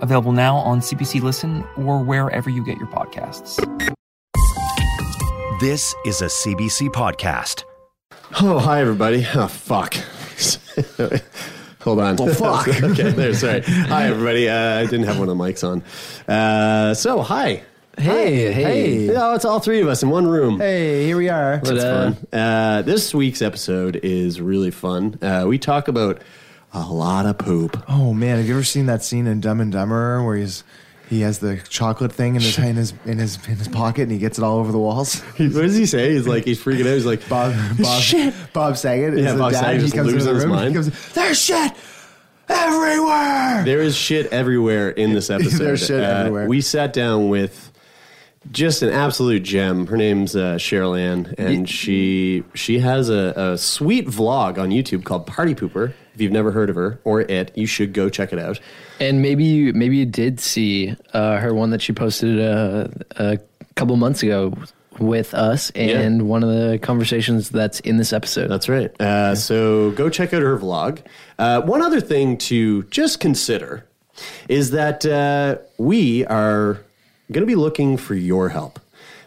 available now on CBC Listen or wherever you get your podcasts. This is a CBC podcast. Oh, hi everybody. Oh, fuck. Hold on. Well, fuck. okay, there. Sorry. Hi everybody. Uh, I didn't have one of the mics on. Uh, so, hi. Hey, hey. Hey. Oh, it's all three of us in one room. Hey, here we are. That's fun. Uh, this week's episode is really fun. Uh, we talk about a lot of poop. Oh man, have you ever seen that scene in Dumb and Dumber where he's he has the chocolate thing in his in his in his in his pocket and he gets it all over the walls? He- what does he say? He's like, he's freaking out. He's like, Bob Bob shit. Bob Saget is Yeah, the Bob dad. Saget he just comes into loses the his room. mind. He goes, "There's shit everywhere." There is shit everywhere in this episode. Uh, There's shit everywhere. We sat down with just an absolute gem. Her name's uh, Cheryl Ann, and she she has a, a sweet vlog on YouTube called Party Pooper. If you've never heard of her or it, you should go check it out. And maybe you maybe you did see uh, her one that she posted uh, a couple months ago with us, and Yeah. one of the conversations that's in this episode. That's right. Uh, So go check out her vlog. Uh, one other thing to just consider is that uh, we are going to be looking for your help.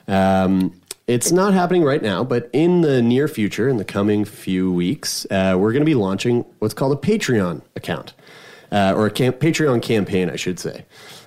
Um, it's not happening right now, but in the near future, in the coming few weeks, uh, we're going to be launching what's called a Patreon account uh, or a cam- Patreon campaign, I should say.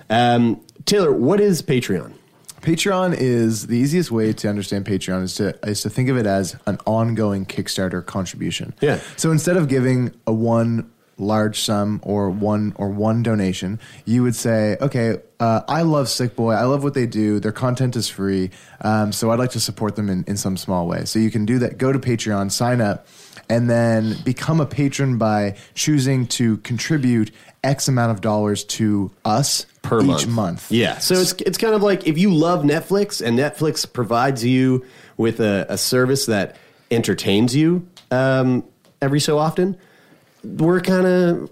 Um, Taylor, what is Patreon? Patreon is the easiest way to understand Patreon is to is to think of it as an ongoing Kickstarter contribution. Yeah. So instead of giving a one large sum or one or one donation, you would say, okay, uh, I love Sick Boy. I love what they do. Their content is free. Um, so I'd like to support them in, in some small way. So you can do that. Go to Patreon, sign up, and then become a patron by choosing to contribute X amount of dollars to us per each month. Yeah. So it's it's kind of like if you love Netflix and Netflix provides you with a, a service that entertains you um, every so often, we're kind of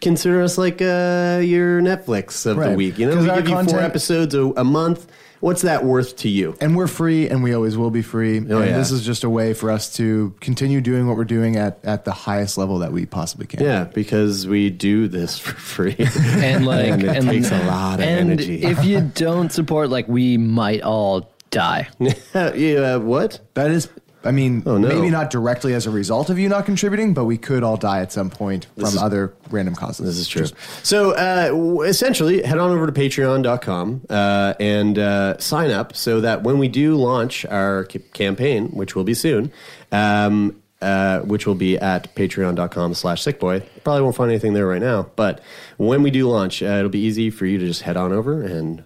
consider us like uh, your Netflix of the Right. week. You know, 'Cause we our give you four content- episodes a, a month. What's that worth to you? and we're free and we always will be free Oh, and yeah. this is just a way for us to continue doing what we're doing at, at the highest level that we possibly can Yeah, because we do this for free, and like and it takes a lot of and energy. if you don't support, like we might all die. yeah, what? that is i mean Oh, no. maybe not directly as a result of you not contributing but we could all die at some point from is- other random causes This is true. So uh, w- essentially, head on over to patreon.com uh, and uh, sign up so that when we do launch our c- campaign, which will be soon, um, uh, which will be at patreon.com slash sickboy. Probably won't find anything there right now, but when we do launch, uh, it'll be easy for you to just head on over and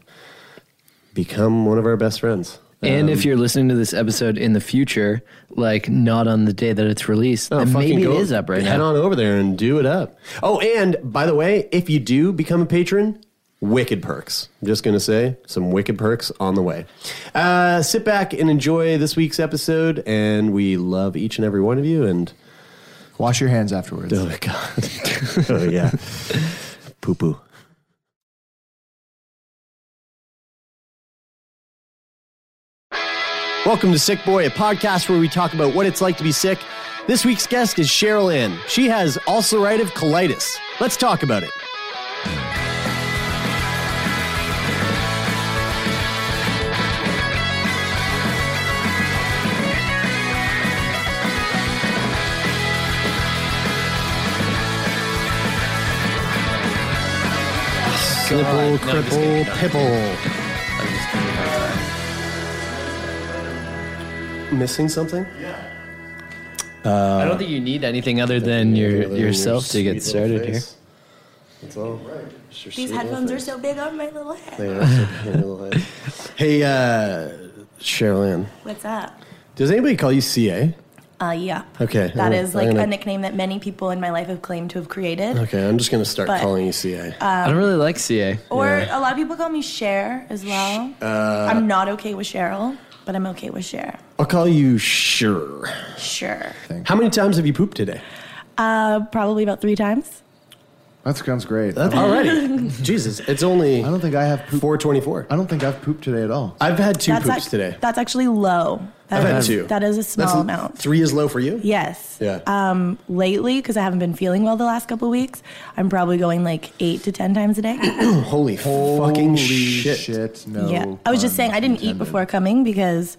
become one of our best friends. And Um, if you're listening to this episode in the future, like not on the day that it's released, Oh, then fucking maybe go- it is up right Head now. on over there and do it up. Oh, and by the way, if you do become a patron, wicked perks. I'm just going to say some wicked perks on the way. Uh, sit back and enjoy this week's episode, and we love each and every one of you. And wash your hands afterwards oh my god, oh yeah, poo poo. Welcome to Sick Boy, a podcast where we talk about what it's like to be sick. This week's guest is Cheryl Ann. She has ulcerative colitis. Let's talk about it. Slipple, cripple, pipple. Missing something? I don't think you need anything other than your yourself to get started here. That's all. It's your These sweet little headphones are face. so big on my little head. They are so big on your little head. Hey, uh, Cheryl Ann, What's up? does anybody call you CA? Uh, yep. Okay, That I'm- is I'm like gonna- a nickname that many people in my life have claimed to have created. Okay, I'm just going to start But- calling you CA. I don't really like CA. Or a lot of people call me Cher as well. uh, I'm not okay with Cheryl, but I'm okay with Cher. I'll call you Sure. Sure. How many times have you pooped today? Uh, probably about three times. That sounds great. Already. Jesus, it's only I don't think I have pooped. 424. I don't think I've pooped today at all. I've had two poops ac- today. That's actually low. That I've had is- two. That is a small That's- amount. Three is low for you? Yes. Yeah. Um, lately, because I haven't been feeling well the last couple of weeks, I'm probably going like eight to ten times a day. Holy, fucking Holy shit. No. yeah. I was just pun saying I didn't eat intended. before coming because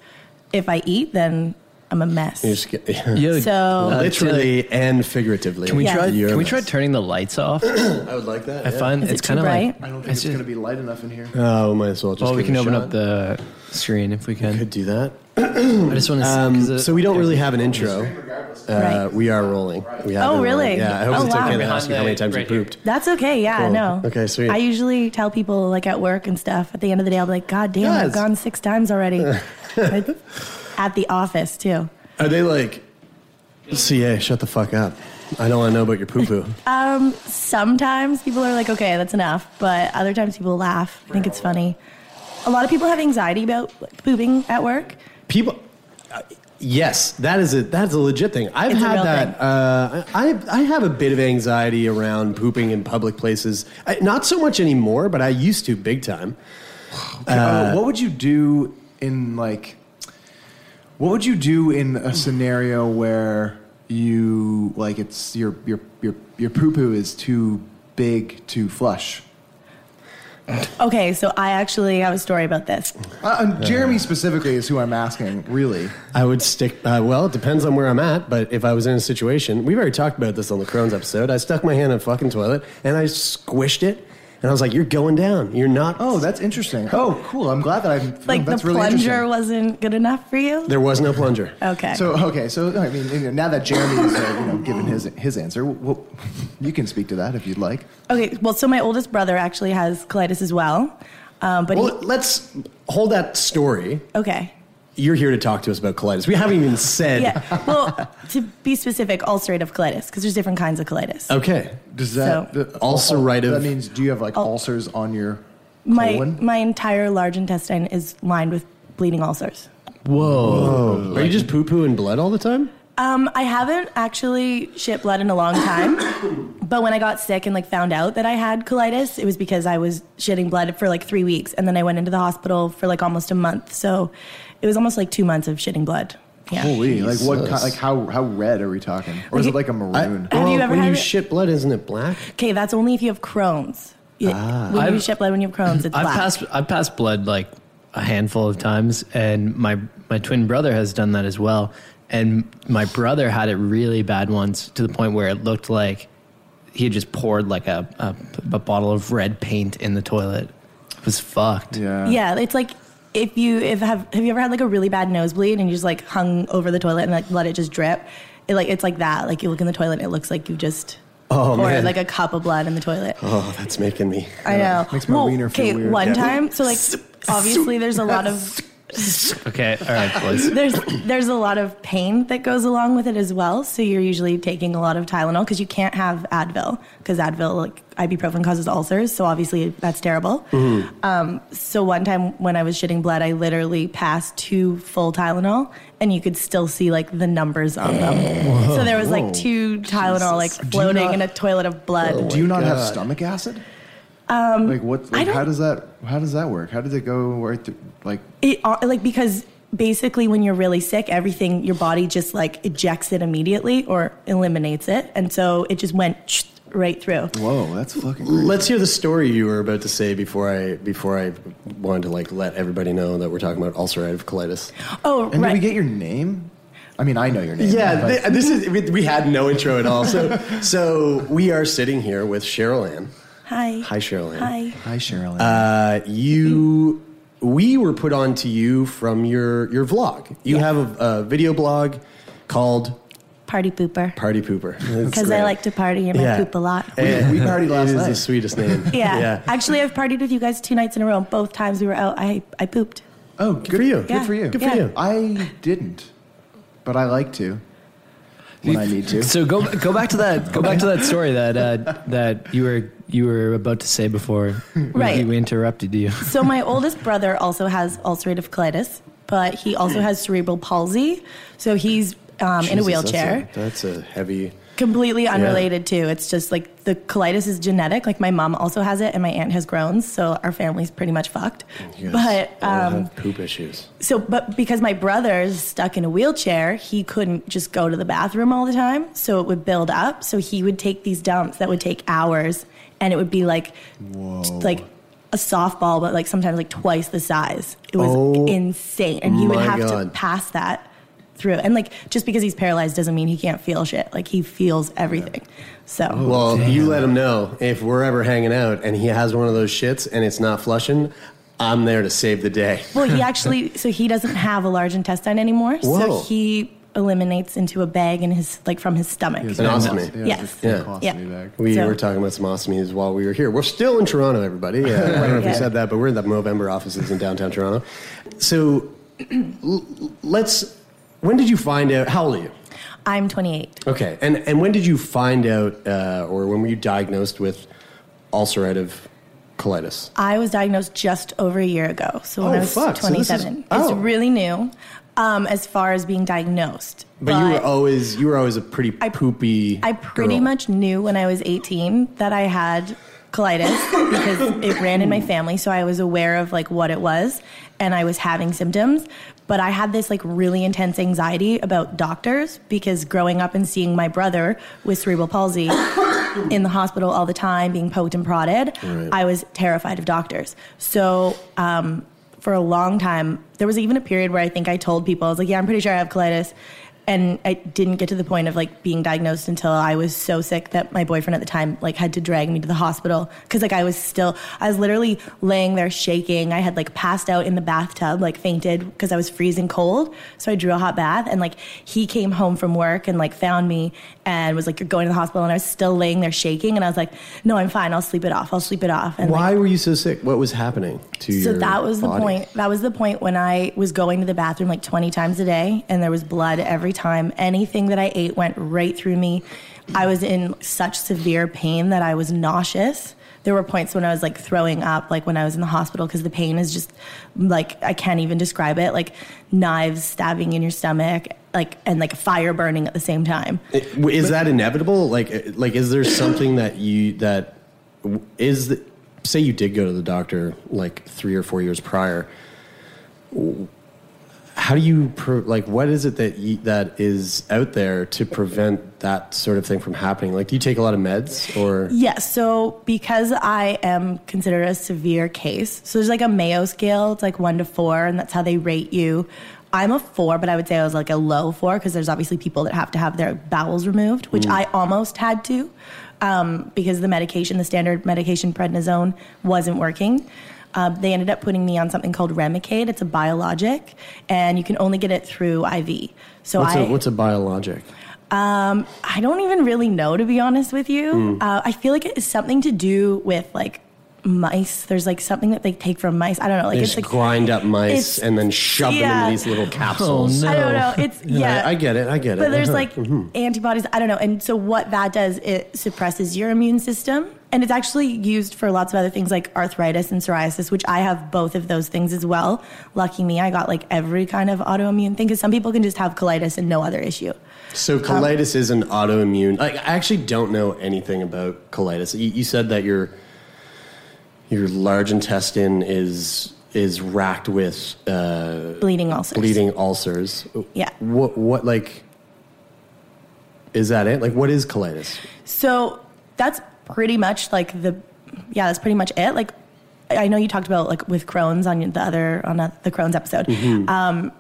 if I eat, then I'm a mess. You just get- Yo, So- uh, Literally and figuratively. Can we Yeah. try? You're Can we a try mess. turning the lights off? I would like that. I yeah. find Is it it's too kind of like bright? I don't think it's it's, just- going to be light enough in here. Oh, we might as well just. Well, we can give it a open shot. up the screen if we Could can. do that. I just want to. Um, so we don't really have an intro. Uh, Right. We are rolling. We have Oh, been rolling. really? Yeah. I hope Oh, it's wow. okay to ask you how many times Ah, Right you here. pooped. That's okay. Yeah, I Cool. know. oh, Okay, sweet. I usually tell people like at work and stuff. At the end of the day, I'll be like, "God damn, Guys." I've gone six times already." Like, at the office too. Are they like, CA, shut the fuck up. I don't want to know about your poo poo. Sometimes people are like, "Okay, that's enough," but other times people laugh. I think it's funny. A lot of people have anxiety about pooping at work. People. uh, Yes, that is a that's a legit thing. I've It's a had real that. thing. Uh, I I have a bit of anxiety around pooping in public places. I, not so much anymore, but I used to big time. Uh, what would you do in like? What would you do in a scenario where you like it's your your your your poo poo is too big to flush? Okay, so I actually have a story about this. Uh, and Jeremy specifically is who I'm asking. Really, I would stick. Uh, well, it depends on where I'm at. But if I was in a situation, we've already talked about this on the Crohn's episode. I stuck my hand in a fucking toilet and I squished it, and I was like, "You're going down. You're not." oh, that's interesting. Oh, cool. I'm glad that I'm Like that's the really plunger interesting. wasn't good enough for you. there was no plunger. Okay. So okay, so I mean, you know, now that Jeremy's uh, you know, given his his answer, well, you can speak to that if you'd like. okay. Well, so my oldest brother actually has colitis as well, um, but Well, let's hold that story. he, okay. You're here to talk to us about colitis. We haven't even said. Yeah. Well, to be specific, ulcerative colitis, because there's different kinds of colitis. Okay. Does that So- the- Ulcerative- That means do you have like Oh. ulcers on your my colon? my entire large intestine is lined with bleeding ulcers. Are you just poo poo and blood all the time? Um, I haven't actually shit blood in a long time, but when I got sick and like found out that I had colitis, it was because I was shitting blood for like three weeks, and then I went into the hospital for like almost a month. So it was almost like two months of shitting blood. Yeah. Holy, like what? Jesus. Kind, like how how red are we talking? Or is it like a maroon? Have you Well, ever when had you it? shit blood, isn't it black? Okay, that's only if you have Crohn's. You- when you I've- shit blood when you have Crohn's, it's I've black. passed I've passed blood like a handful of times, and my my twin brother has done that as well. And my brother had it really bad once to the point where it looked like he had just poured like a a, a bottle of red paint in the toilet. It was fucked. yeah. Yeah, it's like if you if have have you ever had like a really bad nosebleed and you just like hung over the toilet and like let it just drip. It like it's like that. Like you look in the toilet, and it looks like you just Oh, poured man. like a cup of blood in the toilet. Oh, that's making me. uh, I know. Makes my wiener feel okay, weird. one Yeah. time. So like obviously there's a lot of Okay. All right, boys. there's there's a lot of pain that goes along with it as well. So you're usually taking a lot of Tylenol because you can't have Advil because Advil like ibuprofen causes ulcers. So obviously that's terrible. Mm-hmm. Um, so one time when I was shitting blood, I literally passed two full Tylenol, and you could still see like the numbers on them. Oh. so there was like two Tylenol like floating not- in a toilet of blood. Do you not have stomach acid? Um, like what? Like how don't- does that? How does that work? How did it go? Right through, like It uh, like because basically when you're really sick, everything your body just like ejects it immediately or eliminates it, and so it just went right through. whoa, that's fucking. crazy. Let's hear the story you were about to say before I before I wanted to like let everybody know that we're talking about ulcerative colitis. Oh And did right. we get your name? I mean, I know your name. Yeah, but- th- this is we, we had no intro at all. So so we are sitting here with Cheryl Ann. Hi. Hi, Cheryl Ann. Hi. hi, Sherilyn. Uh, you we were put on to you from your your vlog. You have a, a video blog called Party pooper. Party Pooper Because I like to party and Yeah. I poop a lot. We, we partied last It is night. the sweetest name. Yeah. Actually, I've partied with you guys two nights in a row. Both times we were out, I I pooped. oh, Good for you. Yeah. Good for you. Good for Yeah. you. I didn't, but I like to. when I need to. So go go back to that go back to that story that uh, that you were you were about to say before we- Right. we interrupted you. So my oldest brother also has ulcerative colitis, but he also has cerebral palsy. So he's um, in a Jesus, wheelchair. That's a, that's a heavy. Completely unrelated too. It's just like the colitis is genetic. Like my mom also has it, and my aunt has Crohn's, so our family's pretty much fucked. you guys Oh, But all um, have poop issues. so, but because my brother's stuck in a wheelchair, he couldn't just go to the bathroom all the time. So it would build up. So he would take these dumps that would take hours, and it would be like, just like a softball, but like sometimes like twice the size. It was Oh insane, and he would my have to God. pass that through. And like, just because he's paralyzed doesn't mean he can't feel shit. Like he feels everything. So Well, you let him know if we're ever hanging out and he has one of those shits and it's not flushing, I'm there to save the day. Well, he actually, so he doesn't have a large intestine anymore. Whoa. So he eliminates into a bag in his, like from his stomach. An ostomy. Yes. Yeah. Yeah. We So- were talking about some ostomies while we were here. We're still in Toronto, everybody. Yeah, I don't know if we Yeah. said that, but we're in the Movember offices in downtown Toronto. So l- let's. When did you find out? How old are you? I'm 28. Okay, and and when did you find out, uh, or when were you diagnosed with ulcerative colitis? I was diagnosed just over a year ago. So when Oh, I was fuck. So this is- 27. oh. It's really new um, as far as being diagnosed. But, you were always you were always a pretty poopy. I pretty girl. much knew when I was 18 that I had colitis because it ran in my family. So I was aware of like what it was and I was having symptoms. But I had this like really intense anxiety about doctors because growing up and seeing my brother with cerebral palsy in the hospital all the time, being poked and prodded, I was terrified of doctors. So um, for a long time, there was even a period where I think I told people, I was like, yeah, I'm pretty sure I have colitis. And I didn't get to the point of like being diagnosed until I was so sick that my boyfriend at the time like had to drag me to the hospital because like I was still I was literally laying there shaking. I had like passed out in the bathtub, like fainted because I was freezing cold. So I drew a hot bath and like he came home from work and like found me and was like, "You're going to the hospital." And I was still laying there shaking, and I was like, "No, I'm fine. I'll sleep it off. I'll sleep it off." And Why were you so sick? What was happening to you? so that was the point. That was the point when I was going to the bathroom like 20 times a day, and there was blood every time. Anything that I ate went right through me. I was in such severe pain that I was nauseous. There were points when I was like throwing up, like when I was in the hospital, because the pain is just like I can't even describe it. Like knives stabbing in your stomach, like and like fire burning at the same time. Is that inevitable? Like, uh, like, is there something that you that w- is the, say you did go to the doctor like three or four years prior? w- How do you pre- like? What is it that you, that is out there to prevent that sort of thing from happening? Like, do you take a lot of meds or? Yes. so because I am considered a severe case, so there's like a Mayo scale. It's like one to four, and that's how they rate you. I'm a four, but I would say I was like a low four because there's obviously people that have to have their bowels removed, which Mm. I almost had to um, because the medication, the standard medication prednisone, wasn't working. Uh, they ended up putting me on something called Remicade. It's a biologic, and you can only get it through IV. So What's, I a, what's a biologic? um, I don't even really know, to be honest with you. Hmm. Uh, I feel like it's something to do with like mice. There's like something that they take from mice. I don't know. Like they it's just like grind up mice it's- and then shove them yeah. in these little capsules. I don't know. It's yeah. I, I get it. Mm-hmm. I get it. But there's like antibodies. I don't know. And so what that does, it suppresses your immune system. And it's actually used for lots of other things like arthritis and psoriasis, which I have both of those things as well. Lucky me, I got like every kind of autoimmune thing because some people can just have colitis and no other issue. So Um, colitis is an autoimmune. Like, I actually don't know anything about colitis. You, you said that your your large intestine is is racked with uh, Bleeding ulcers. bleeding ulcers. Yeah. What what like is that it? Like what is colitis? So that's pretty much like the, yeah, that's pretty much it. Like, I I know you talked about like with Crohn's on the other on a, the Crohn's episode. Mm-hmm. Um,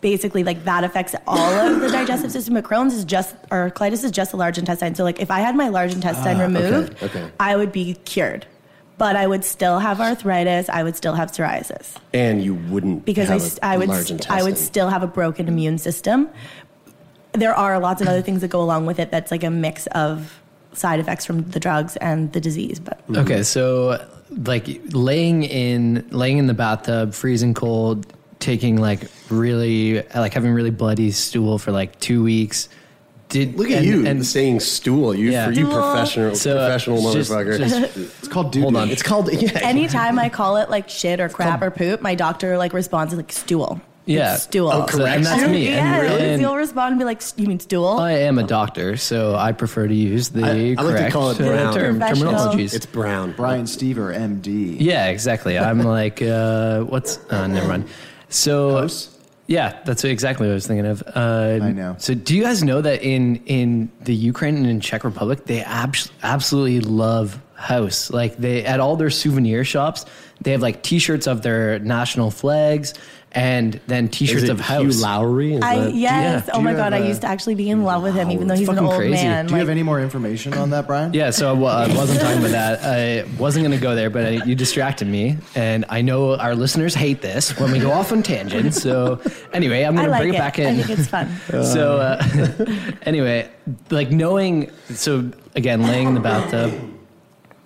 basically, like that affects all of the digestive system. But Crohn's is just or colitis is just a large intestine. So like if I had my large intestine removed, Ah, okay. I would be cured. But I would still have arthritis. I would still have psoriasis And you wouldn't because I, have st- a I would large st- intestine. I would still have a broken immune system. There are lots of other things that go along with it. That's like a mix of side effects from the drugs and the disease. But Okay, so like laying in laying in the bathtub, freezing cold, taking like really like having really bloody stool for like two weeks, Did Look at and- you and- saying stool. You Yeah. for you Stool. professional So, uh, professional just- motherfucker. just- it's called dude. Hold on. It's called yeah. Anytime I call it like shit or crap or poop, my doctor like responds like stool. yeah, stool. So- and that's me. Yeah, and, and he'll respond and be like, "You mean stool?" I am a doctor, so I prefer to use the I like to correct call it uh, brown. term Professional. terminologies. It's brown. Brian Stever, MD. Yeah, exactly. I'm like, uh, what's? Uh, never mind. So, yeah, that's exactly what I was thinking of. Uh, I know. So, do you guys know that in in the Ukraine and in Czech Republic, they abs- absolutely love house. Like they at all their souvenir shops, they have like T-shirts of their national flags, and then T-shirts it of Hugh house. Lowry? I yes. Oh my god, I I used to actually be in love with him, even though he's an fucking old crazy. man. Do you Like, have any more information on that, Brian? Yeah, so I, wa- I wasn't talking about that. I wasn't going to go there, but I, you distracted me. And I know our listeners hate this when we go off on tangents. So, anyway, I'm I going like to bring it. it back in. I think it's fun. so, uh, anyway, like knowing, so again, laying in the bathtub,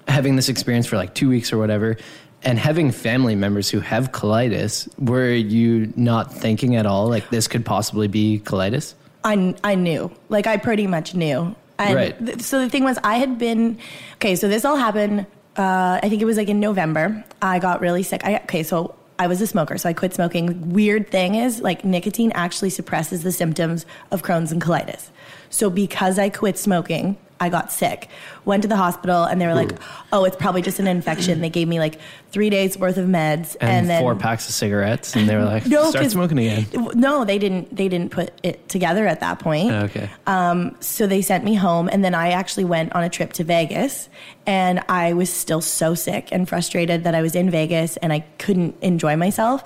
having this experience for like two weeks or whatever, and having family members who have colitis, were you not thinking at all like this could possibly be colitis? I, I knew. Like, I pretty much knew. And Right. th- so the thing was, I had been, okay, so this all happened, uh, I think it was like in November. I got really sick. I, okay, so I was a smoker, so I quit smoking. Weird thing is, like, nicotine actually suppresses the symptoms of Crohn's and colitis. So because I quit smoking, I got sick. Went to the hospital, and they were like, oh, it's probably just an infection. They gave me like three days worth of meds. And, And, then four packs of cigarettes, and they were like, No, start 'cause- smoking again. No, they didn't. They didn't put it together at that point. Okay. Um, so they sent me home, and then I actually went on a trip to Vegas, and I was still so sick and frustrated that I was in Vegas and I couldn't enjoy myself.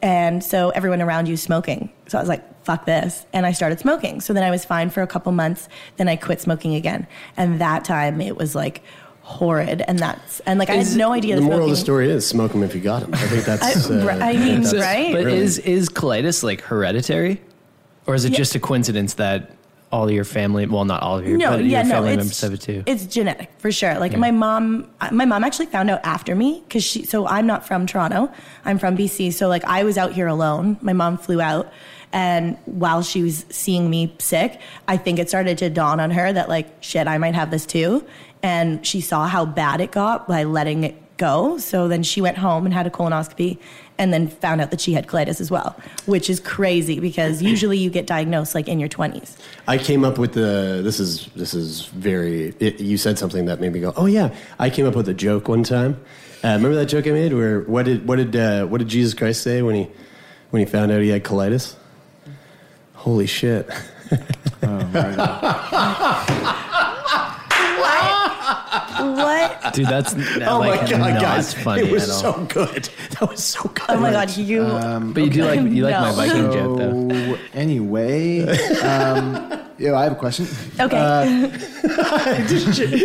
And so everyone around you smoking. So I was like, fuck this. And I started smoking. So then I was fine for a couple months. Then I quit smoking again. And that time it was like horrid. And that's, and like I Is- had no idea The that moral of the smoking- story is smoke them if you got them. I think that's. I- uh, I mean, that's- right? But really- is is colitis like hereditary, or is it Yeah. just a coincidence that all your family, well, not all of your, but your family members have it too? It's genetic for sure. Like Yeah. my mom, my mom actually found out after me because she. So I'm not from Toronto. I'm from BC. So like I was out here alone. My mom flew out, and while she was seeing me sick, I think it started to dawn on her that like shit, I might have this too. And she saw how bad it got by letting it go. So then she went home and had a colonoscopy. And then found out that she had colitis as well, which is crazy because usually you get diagnosed like in your 20s. I came up with the this is this is very it, you said something that made me go oh yeah I came up with a joke one time uh, remember that joke I made where what did what did uh, what did Jesus Christ say when he when he found out he had colitis holy shit Oh, What? Dude, that's oh like, my god not guys funny it was at all. so good that was so good Oh my god, you. Um, but you do like you like my Viking so, joke though. Anyway, um, yo, I have a question. Uh, Okay. uh,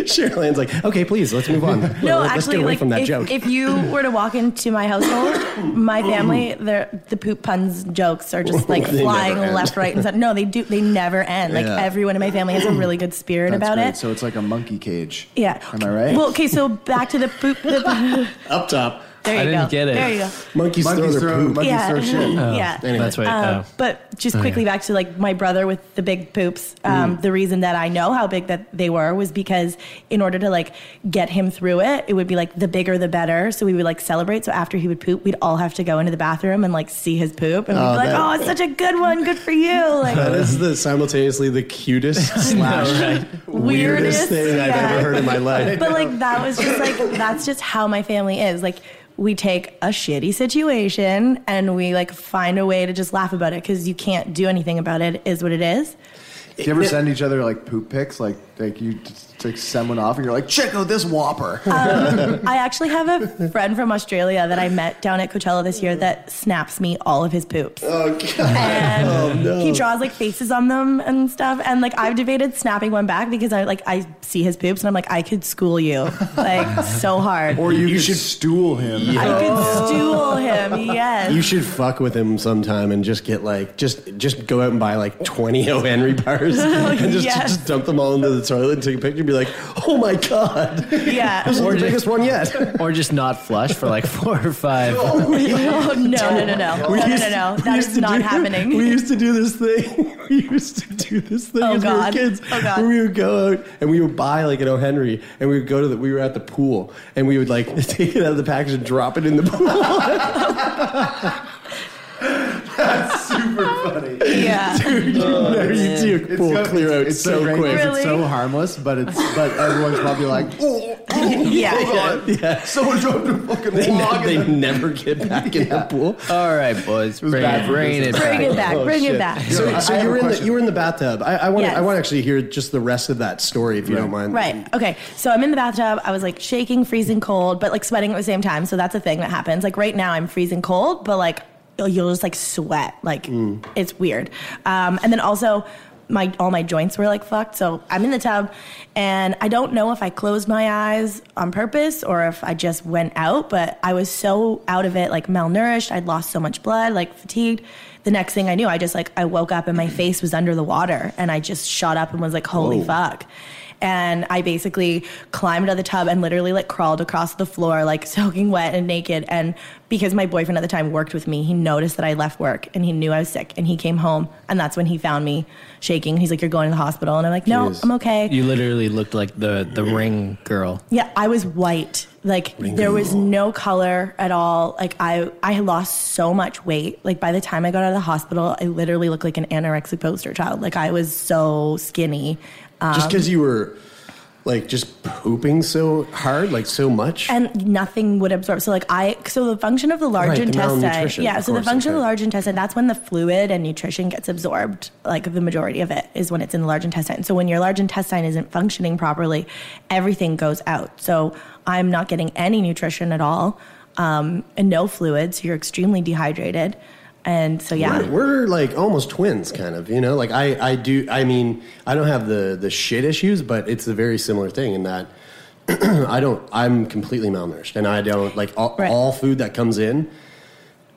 Sherlan's like okay please let's move on no, let's actually, get away like from that if, joke if you were to walk into my household, my family, they're- the poop puns jokes are just like They never flying end. left, right, and center. No, they do. They never end. Like Yeah. everyone in my family has a really good spirit That's about great. it. So it's like a monkey cage. Yeah. Am I right? Well, okay. So back to the poop. The, up top there you I didn't go. get it. There you go. monkeys, throw monkeys their throw, poop monkeys Yeah. throw shit. yeah. Oh, That's right. Um, oh. Mm-hmm. But just quickly back to like my brother with the big poops. Um, The reason that I know how big that they were was because in order to like get him through it, it would be like the bigger the better. So we would like celebrate. So after he would poop, we'd all have to go into the bathroom and like see his poop, and we'd be like, that- "Oh, it's such a good one. Good for you." Like. that is the simultaneously the cutest slash weirdest Weirdest, thing I've yeah. ever heard in my life. But like that was just like that's just how my family is. Like we take a shitty situation and we like find a way to just laugh about it because you can't do anything about it. Is what it is. Do you ever send each other like poop pics? Like, like you just, like send one off and you're like, check out this whopper. I actually have a friend from Australia that I met down at Coachella this year that snaps me all of his poops. Oh, God. And no. he draws like faces on them and stuff. And like I've debated snapping one back because I like I see his poops and I'm like, I could school you like so hard. or you, should stool him. I could stool him, yes. You should fuck with him sometime and just get like just just go out and buy like twenty O Henry bars and just, Yes. just dump them all into the toilet and take a picture and be like, oh my god, Yeah. this is the Or just- biggest one yet. or just not flush for like four or five. Oh, no, no, no, no. No, We no, used- no, no. we That used is to not do- happening. We used to do this thing. We used to do this thing Oh, as God. we were kids. Oh, God. Where we would go out and we would buy like an O. Henry, and we would go to the. We were at the pool, and we would like take it out of the package and drop it in the pool. That's super funny. Yeah. Dude, you never- you see a Oh, It's pool so- clear out it's so great quick. because It's so Really? harmless, but it's but everyone's probably like, oh, oh, Yeah. hold on. Yeah. someone dropped a fucking They, log. ne- in they the- never get back in the pool. Oh, All right, boys, was bring bad it, for bring it business. back. Bring it back. Bring it back. Oh, So, I- so I have you a were in the question. you were in the bathtub. I, I want to I Yes. want to actually hear just the rest of that story if you don't mind. Right. Okay. So I'm in the bathtub. I was like shaking, freezing cold, but like sweating at the same time. So that's a thing that happens. Like right now, I'm freezing cold, but like you'll- you'll just like sweat. Like it's weird. Um, and then also, my all my joints were like fucked. So I'm in the tub, and I don't know if I closed my eyes on purpose or if I just went out. But I was so out of it, like malnourished. I'd lost so much blood, like fatigued. The next thing I knew, I just like I woke up and my face was under the water, and I just shot up and was like, "Holy fuck!" and I basically climbed out of the tub and literally like crawled across the floor, like soaking wet and naked. And because my boyfriend at the time worked with me, he noticed that I left work and he knew I was sick and he came home and that's when he found me shaking. He's like, You're going to the hospital. And I'm like, No, I'm okay. You literally looked like the the ring girl. Yeah, I was white. Like there was no color at all. Like I I lost so much weight. Like by the time I got out of the hospital, I literally looked like an anorexic poster child. Like I was so skinny. um, Just because you were like just pooping so hard, like so much. and nothing would absorb. So like I, so the function of the large Right, the intestine, malnutrition, yeah. of So the course, function of the okay. large intestine, that's when the fluid and nutrition gets absorbed. Like the majority of it is when it's in the large intestine. So when your large intestine isn't functioning properly, everything goes out. So I'm not getting any nutrition at all, um, and no fluid. So you're extremely dehydrated, and so yeah. We're, we're, like almost twins, kind of. You know, like I, I do. I mean, I don't have the the shit issues, but it's a very similar thing in that I don't. I'm completely malnourished, and I don't like all, Right. all food that comes in.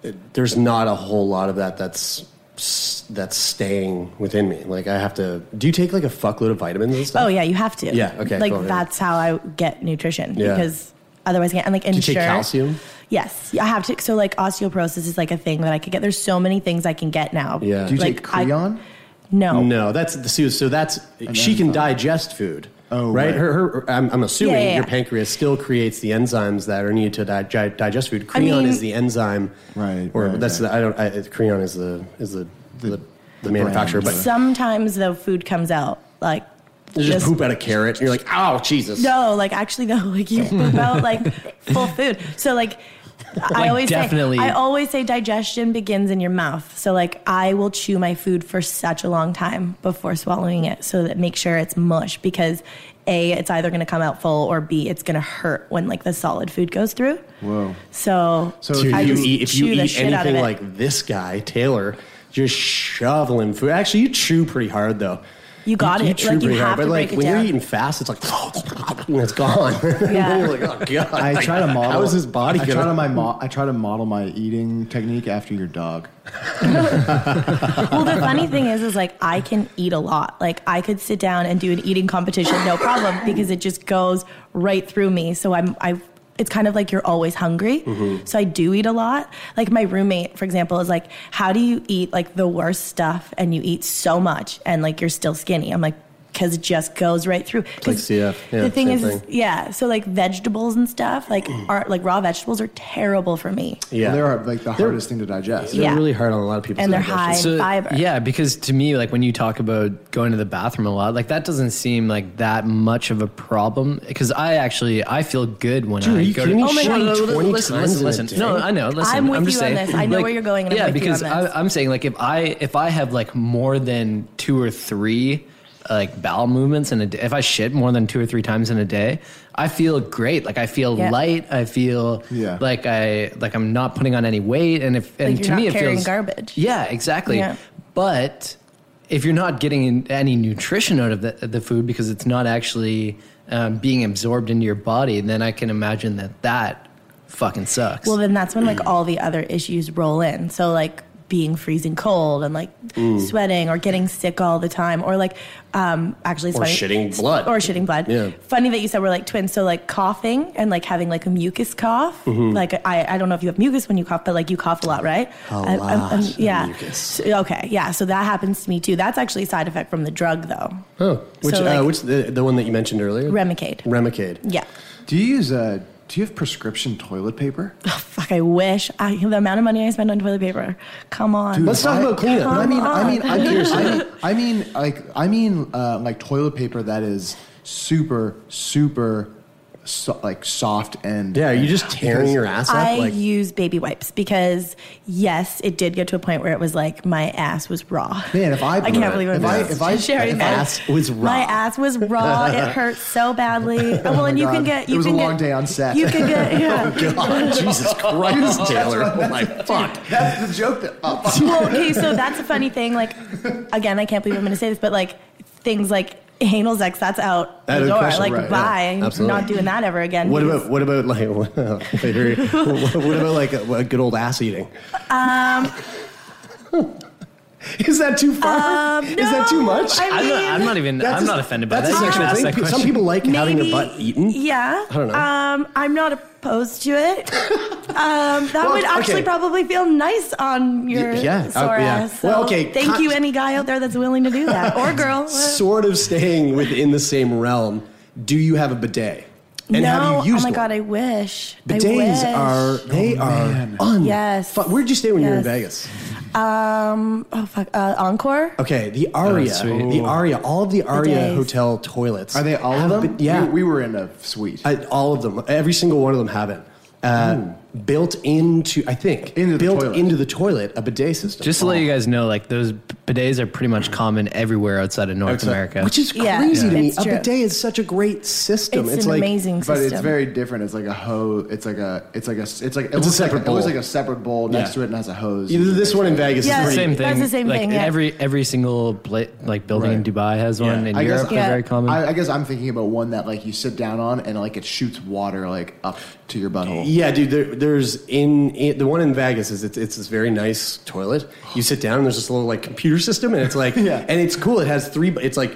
it- There's not a whole lot of that that's s- that's staying within me. Like I have to. Do you take like a fuckload of vitamins and stuff? Oh yeah, you have to. Yeah, okay, Like cool, yeah. that's how I get nutrition Yeah. because otherwise, I can't. And like Do you insurance. take calcium? Yes, I have to. So like osteoporosis is like a thing that I could get. There's so many things I can get now. Yeah. Do you like take Creon? No. No, that's the so- so that's she can digest food. Oh, right. right. Her, her, I'm, I'm assuming Yeah, yeah, your yeah. pancreas still creates the enzymes that are needed to di- digest food. Creon mean- is the enzyme, Right, Or right, that's right. the I don't. I, it- Creon is the is the the, the, manufacturer, but brand. Sometimes though, food comes out like. you just poop out a carrot. And you're like, oh Jesus. No, like actually, no, like you poop out like full food. So like, I always definitely- say, I always say digestion begins in your mouth. So like, I will chew my food for such a long time before swallowing it, so that make sure it's mush because a, it's either going to come out full, or b, it's going to hurt when like the solid food goes through. Whoa. So, So Dude, I you just eat, if you chew the eat shit out of anything it. like this guy Taylor, just shoveling food. Actually, you chew pretty hard though. You got it. chew Like, you pretty have hard, but to like break it when you're down. eating fast, it's like and it's gone. Yeah. You're like, oh god. I try to model. How is his body? I try gonna- to my mo- I try to model my eating technique after your dog. well, the funny thing is, is like I can eat a lot. Like I could sit down and do an eating competition, no problem, because it just goes right through me. So I'm, I, it's kind of like you're always hungry. Mm-hmm. So I do eat a lot. Like my roommate, for example, is like, how do you eat like the worst stuff and you eat so much and like you're still skinny? I'm like. Because it just goes right through. like 'Cause CF. Yeah, the thing same is, thing. yeah. So like vegetables and stuff, like are like raw vegetables are terrible for me. Yeah, Well, they're like the hardest thing to digest. They're Yeah. really hard on a lot of people. And they're high in fiber. Yeah, because to me, like when you talk about going to the bathroom a lot, like that doesn't seem like that much of a problem. Because I actually I feel good when Dude, are I you go kidding to. me? Shit no, no, 20 listen, listen, times in a listen. day? No, I know. Listen, I'm with just you on saying, this. I know where you're going and I'm yeah, with you because on this. I, I'm saying like if I if I have like more than two or three like bowel movements in a day, if I shit more than two or three times in a day, I feel great. Like I feel Yeah. light. I feel Yeah. like I like I'm not putting on any weight. And if and you're to not me it carrying feels garbage. Yeah, exactly. Yeah. But if you're not getting any nutrition out of the, the food because it's not actually um, being absorbed into your body, then I can imagine that that fucking sucks. Well, then that's when like all the other issues roll in. So like being freezing cold and like Mm. sweating or getting sick all the time or like um, actually it's Or funny- shitting blood. or shitting blood. Yeah. Funny that you said we're like twins. So like coughing and like having like a mucus cough. Mhm. Like I, I don't know if you have mucus when you cough, but like you cough a lot, right? A I- I'm- I'm- lot of yeah. So- okay. Yeah. So that happens to me too. That's actually a side effect from the drug though. Oh, which So, uh, like- which the, the one that you mentioned earlier? Remicade. Remicade. Yeah. Do you use uh, Do you have prescription toilet paper? Fuck. I wish I the amount of money I spend on toilet paper. Come on. if I- But I mean, I mean, I mean, Come I on. mean, I mean, like, I mean, uh, like toilet paper that is super, super, so, like soft and yeah. Are you just tearing your ass I use baby wipes because yes, it did get to a point where it was like my ass was raw. Man, if I, I can't believe I'm if I, if I, sharing if I- that. was raw. My ass was raw. it hurt so badly. Oh well, and my you can God. get. You it was can a long get, day on set. Oh, You can get. Yeah. That's what- Oh, my fuck. That's the joke that. Oh, fuck. well, okay, so that's a funny thing. Like, again, I can't believe I'm going to say this, but like things like anal sex, that's out Out the of door. question, like, right, bye. yeah, absolutely. Not doing that ever again. What because- about what about like what about like a, a good old ass eating? Um, Is that too far? Is that too Um, much? I I'm, not, I'm not even. That's I'm a- not offended by that's that. a You can sexual ask thing. that Pe- Some question. people like having their Maybe- butt eaten. Yeah. I don't know. Um, I'm not opposed to it. um, that Well, would actually okay. probably feel nice on your Y- yeah, sore uh, yeah. ass. So Well, okay, Thank con- you, any guy out there that's willing to do that, or girl. Sort of staying within the same realm. Do you have a bidet? And no. have you used oh my one? god, I wish. I wish. Bidets are they Oh, are un- Yes. Fu- Where'd you stay when you were in Yes. Vegas? Um. Oh fuck. Uh, Encore. Okay, the Oh, Aria, that's sweet. the Aria, all of the Aria Bidets. hotel toilets. Are they all have of bi- them? yeah, we, we were in a suite. I, all of them. Every single one of them have it. Uh, built into, I think, built into the toilet, a bidet system. Just to let you guys know, like those bidets are pretty much common everywhere outside of North America. Which is crazy to me. A bidet is such a great system. It's, like, but it's very different. It's like a hose. It's like a. It's like a. It's like it It's a looks separate like, It looks bowl. like a separate bowl next Yeah. to it and has a hose. Either this one in Vegas It's is pretty. the same thing. That's the same like, thing, in yeah. Every every single bla- like building in Dubai has one. In I guess- Europe, they're very common. I, I guess I'm thinking about one that like you sit down on and like it shoots water like up to your butthole. Yeah, dude. There, there's in, in- the one in Vegas is it's, it's this very nice toilet. You sit down and there's this little like computer system and it's like and it's cool. It has three. bu- It's like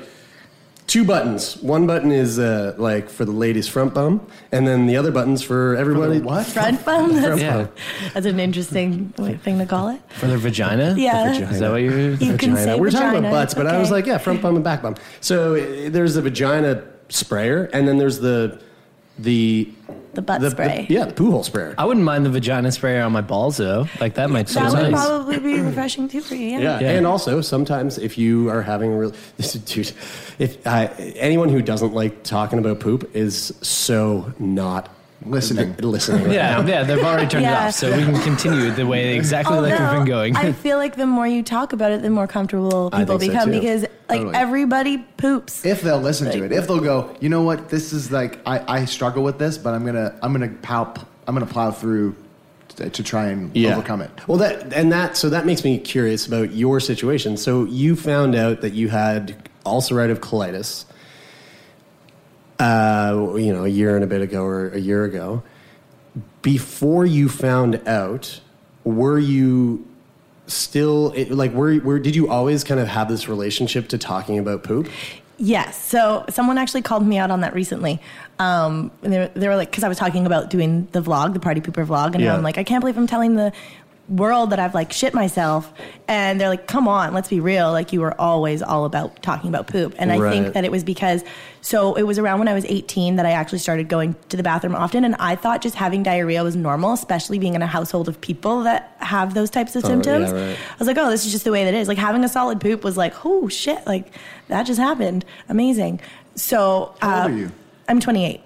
two buttons. One button is uh, like for the ladies' front bum, and then the other button's for everybody. what Front bum. That's, Yeah. that's an interesting thing to call it. For their vagina? Yeah. The vagina. Is that what you're You can say We're talking vagina, about butts, it's but I was okay. like, yeah, front bum and back bum. So uh, there's the vagina sprayer, and then there's the the The butt spray. yeah, the poo hole sprayer. I wouldn't mind the vagina sprayer on my balls though. Like that might That sound would nice. probably be refreshing too for you. Yeah. Yeah. and also sometimes if you are having a real this is- dude, if uh, anyone who doesn't like talking about poop is so not listening, listening. right Yeah, now. yeah, they've already turned it Yeah. off, so we can continue the way exactly like we've been Although, going. Oh, I feel like the more you talk about it, the more comfortable I people think so, become too. because like Totally. everybody poops. If they'll listen to it, if they'll go, you know what? This is like I, I struggle with this, but I'm gonna I'm gonna pow, I'm gonna plow through to, to try and Yeah. overcome it. Well, that and that so that makes me curious about your situation. So you found out that you had ulcerative colitis, uh, you know, a year and a bit ago or a year ago. Before you found out, were you still it, like were were did you always kind of have this relationship to talking about poop? Yes. So someone actually called me out on that recently. Um, and they, were- they were like, because I was talking about doing the vlog, the party pooper vlog, and Yeah. how I'm like, I can't believe I'm telling the world that I've like shit myself. And they're like, come on, let's be real. Like you were always all about talking about poop. And I Right. think that it was because, so it was around when I was 18 that I actually started going to the bathroom often. And I thought just having diarrhea was normal, especially being in a household of people that have those types of Oh, yeah, symptoms. right. I was like, oh, this is just the way that it is. Like having a solid poop was like, oh shit, like that just happened. Amazing. So How uh, old are you? I'm 28.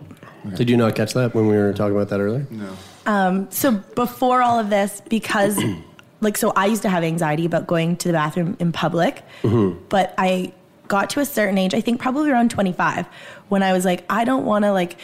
Did you not catch that when we were talking about that earlier? No. Um, so before all of this, because like, so I used to have anxiety about going to the bathroom in public, Mm-hmm. but I got to a certain age, I think probably around 25, when I was like, I don't want to like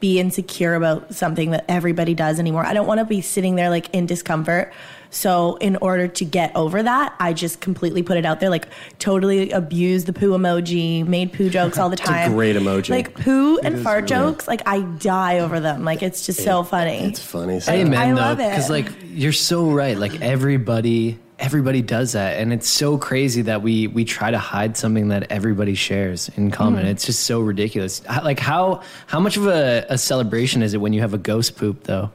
be insecure about something that everybody does anymore. I don't want to be sitting there like in discomfort. So in order to get over that, I just completely put it out there, like totally abused the poo emoji, made poo jokes all the It's a time. great emoji. Like poo It and is fart really- jokes, like I die over them. Like it's just so funny. It's funny. Amen, I though, love it. because like you're so right. Like everybody everybody does that and it's so crazy that we we try to hide something that everybody shares in common Mm. Mhm. it's just so ridiculous How- like how how much of a, a celebration is it when you have a ghost poop though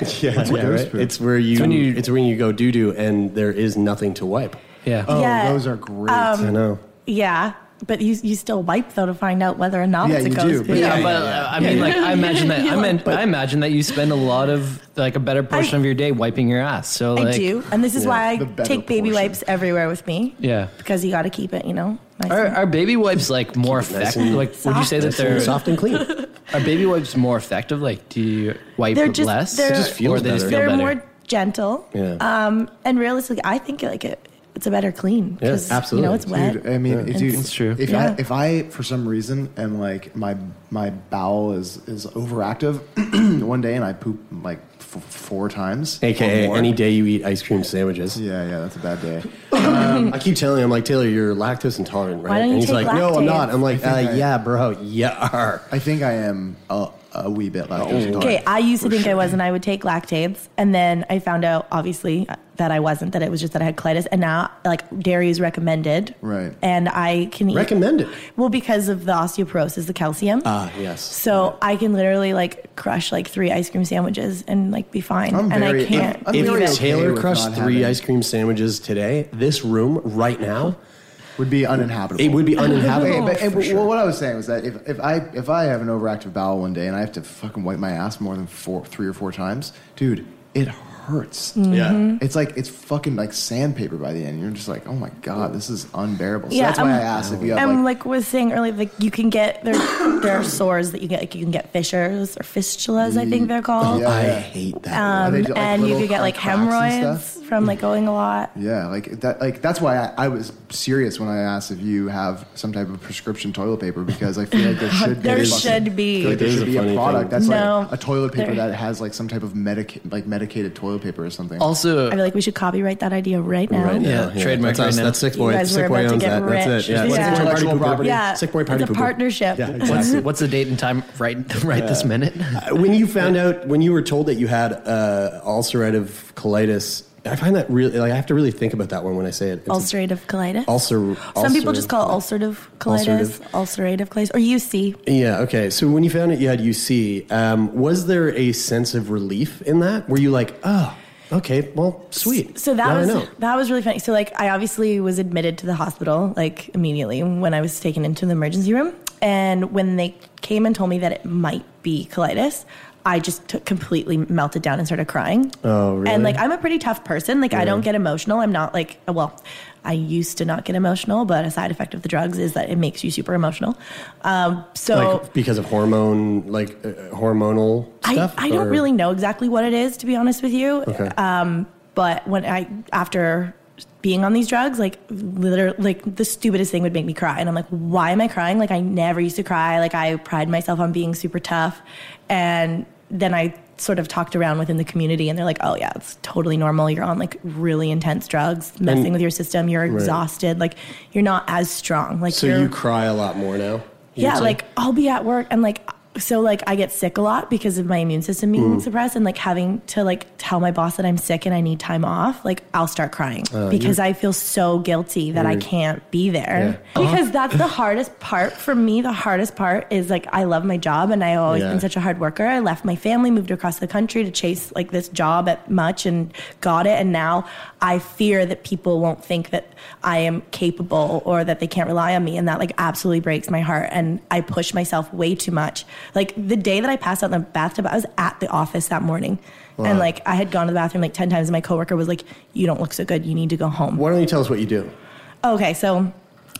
Yeah, What's a yeah, ghost right? poop? It's where you it's, It's when when you go doo doo and there is nothing to wipe. Yeah. Oh, Yeah, those are great. um, I know. Yeah, but you you still wipe though to find out whether or not it's a ghost. poop. yeah, but uh, I mean, like, I imagine that. I meant, I imagine that you spend a lot of, like, a better portion of your day wiping your ass. So, like, I do, and this is Yeah. why I take baby wipes everywhere with me Yeah, because you got to keep it, you know. Nice Are, and- are baby wipes like more Keep it nice effective? and Like, would you say that soft. Nice they're and soft and clean? Are baby wipes more effective? Like, do you wipe they're just less? they're or they just feel they're better? more gentle. Yeah. Um, and realistically, I think like it, it's a better clean. 'cause, You know, it's wet. Dude, I mean, It's- dude, If Yeah. I if I for some reason am like my my bowel is is overactive one day and I poop like f- four times, or AKA more. any day you eat ice cream sandwiches. Yeah, yeah, that's a bad day. um, I keep telling him, like, Taylor, you're lactose intolerant, right? Why don't and you he's take like, no, I'm lactate? not. I'm like, I think uh, I- yeah, bro, yeah. I think I am a, a wee bit Oh. lactose intolerant. Okay, I used to think I was, and I would take lactates, and then I found out obviously uh, that I wasn't. That it was just that I had colitis, and now like dairy is recommended, Right. and I can eat recommended. Well, because of the osteoporosis, the calcium. Ah, yes. so I can literally like crush like three ice cream sandwiches and like be fine, and I can't. If, believe it. Taylor crushed three ice cream sandwiches today, this room right now would be uninhabitable. It would be uninhabitable. Okay, but and w- what I was saying was that if, if I if I have an overactive bowel one day and I have to fucking wipe my ass more than four, three or four times, dude, it hurts. Yeah. Mhm. it's like it's fucking like sandpaper by the end. You're just like, oh my god, this is unbearable. So yeah, that's why I'm- I asked if you have I'm like. like, was saying earlier, like you can get there. there are sores that you get, like you can get fissures or fistulas, I think they're called. Yeah, yeah. hate Um, Are they, like, and you little could get like cracks and stuff? hemorrhoids from like going a lot. Yeah, like that. Like that's why I, I was serious when I asked if you have some type of prescription toilet paper because I feel like there should There be. a should fucking- be. I feel like there It is should a be a funny product thing. that's No, like a toilet paper there- that has like some type of medic like medicated toilet paper or something. Also, I feel like we should copyright that idea right now. Right now. yeah, Yeah, trademark that's us. right now. That's Sick Boy. You guys Sick were Boy about to owns get that. That's rich. it. Yeah. Yeah. Sick Boy Intellectual Party Pooper. property. Yeah. It's a Pooper. partnership. Yeah, What's, exactly. what's the date and time right right this Yeah. minute? Uh, when you found out, when you were told that you had uh, ulcerative colitis, I find that really, like, I have to really think about that one when I say it. It's Ulcerative colitis. ulcer. Some people just call it ulcerative colitis, ulcerative colitis, or UC. Yeah. Okay. So when you found out you had UC, um, was there a sense of relief in that? Were you like, oh, okay, well, sweet. So that Now I was know. that was really funny. So like I obviously was admitted to the hospital like immediately when I was taken into the emergency room, and when they came and told me that it might be colitis, I just took, completely melted down and started crying. Oh, really? And like I'm a pretty tough person. Like I Yeah. don't get emotional. I'm not like uh, well, I used to not get emotional, but a side effect of the drugs is that it makes you super emotional. Um, so like because of hormone, like uh, hormonal stuff. I, I don't or- really know exactly what it is, to be honest with you. Okay. Um, but when I after being on these drugs, like literally, like the stupidest thing would make me cry, and I'm like, why am I crying? Like I never used to cry. Like I pride myself on being super tough, and then I sort of talked around within the community, and they're like, oh yeah, it's totally normal. You're on like really intense drugs, messing And- with your system. You're Right. exhausted. Like you're not as strong. Like so you're, you cry a lot more now. You would yeah, say? like I'll be at work and like so like I get sick a lot because of my immune system being Mm. suppressed and like having to like tell my boss that I'm sick and I need time off, like I'll start crying Uh, because you're- I feel so guilty that I Weird. can't be there. Yeah. Because that's the hardest part for me. The hardest part is like I love my job and I always Yeah. been such a hard worker. I left my family, moved across the country to chase like this job at Much and got it and now I fear that people won't think that I am capable or that they can't rely on me. And that like absolutely breaks my heart. And I push myself way too much. Like the day that I passed out in the bathtub, I was at the office that morning. Wow. And like I had gone to the bathroom like 10 times and my coworker was like, You don't look so good. You need to go home. Why don't you tell us what you do? Okay, so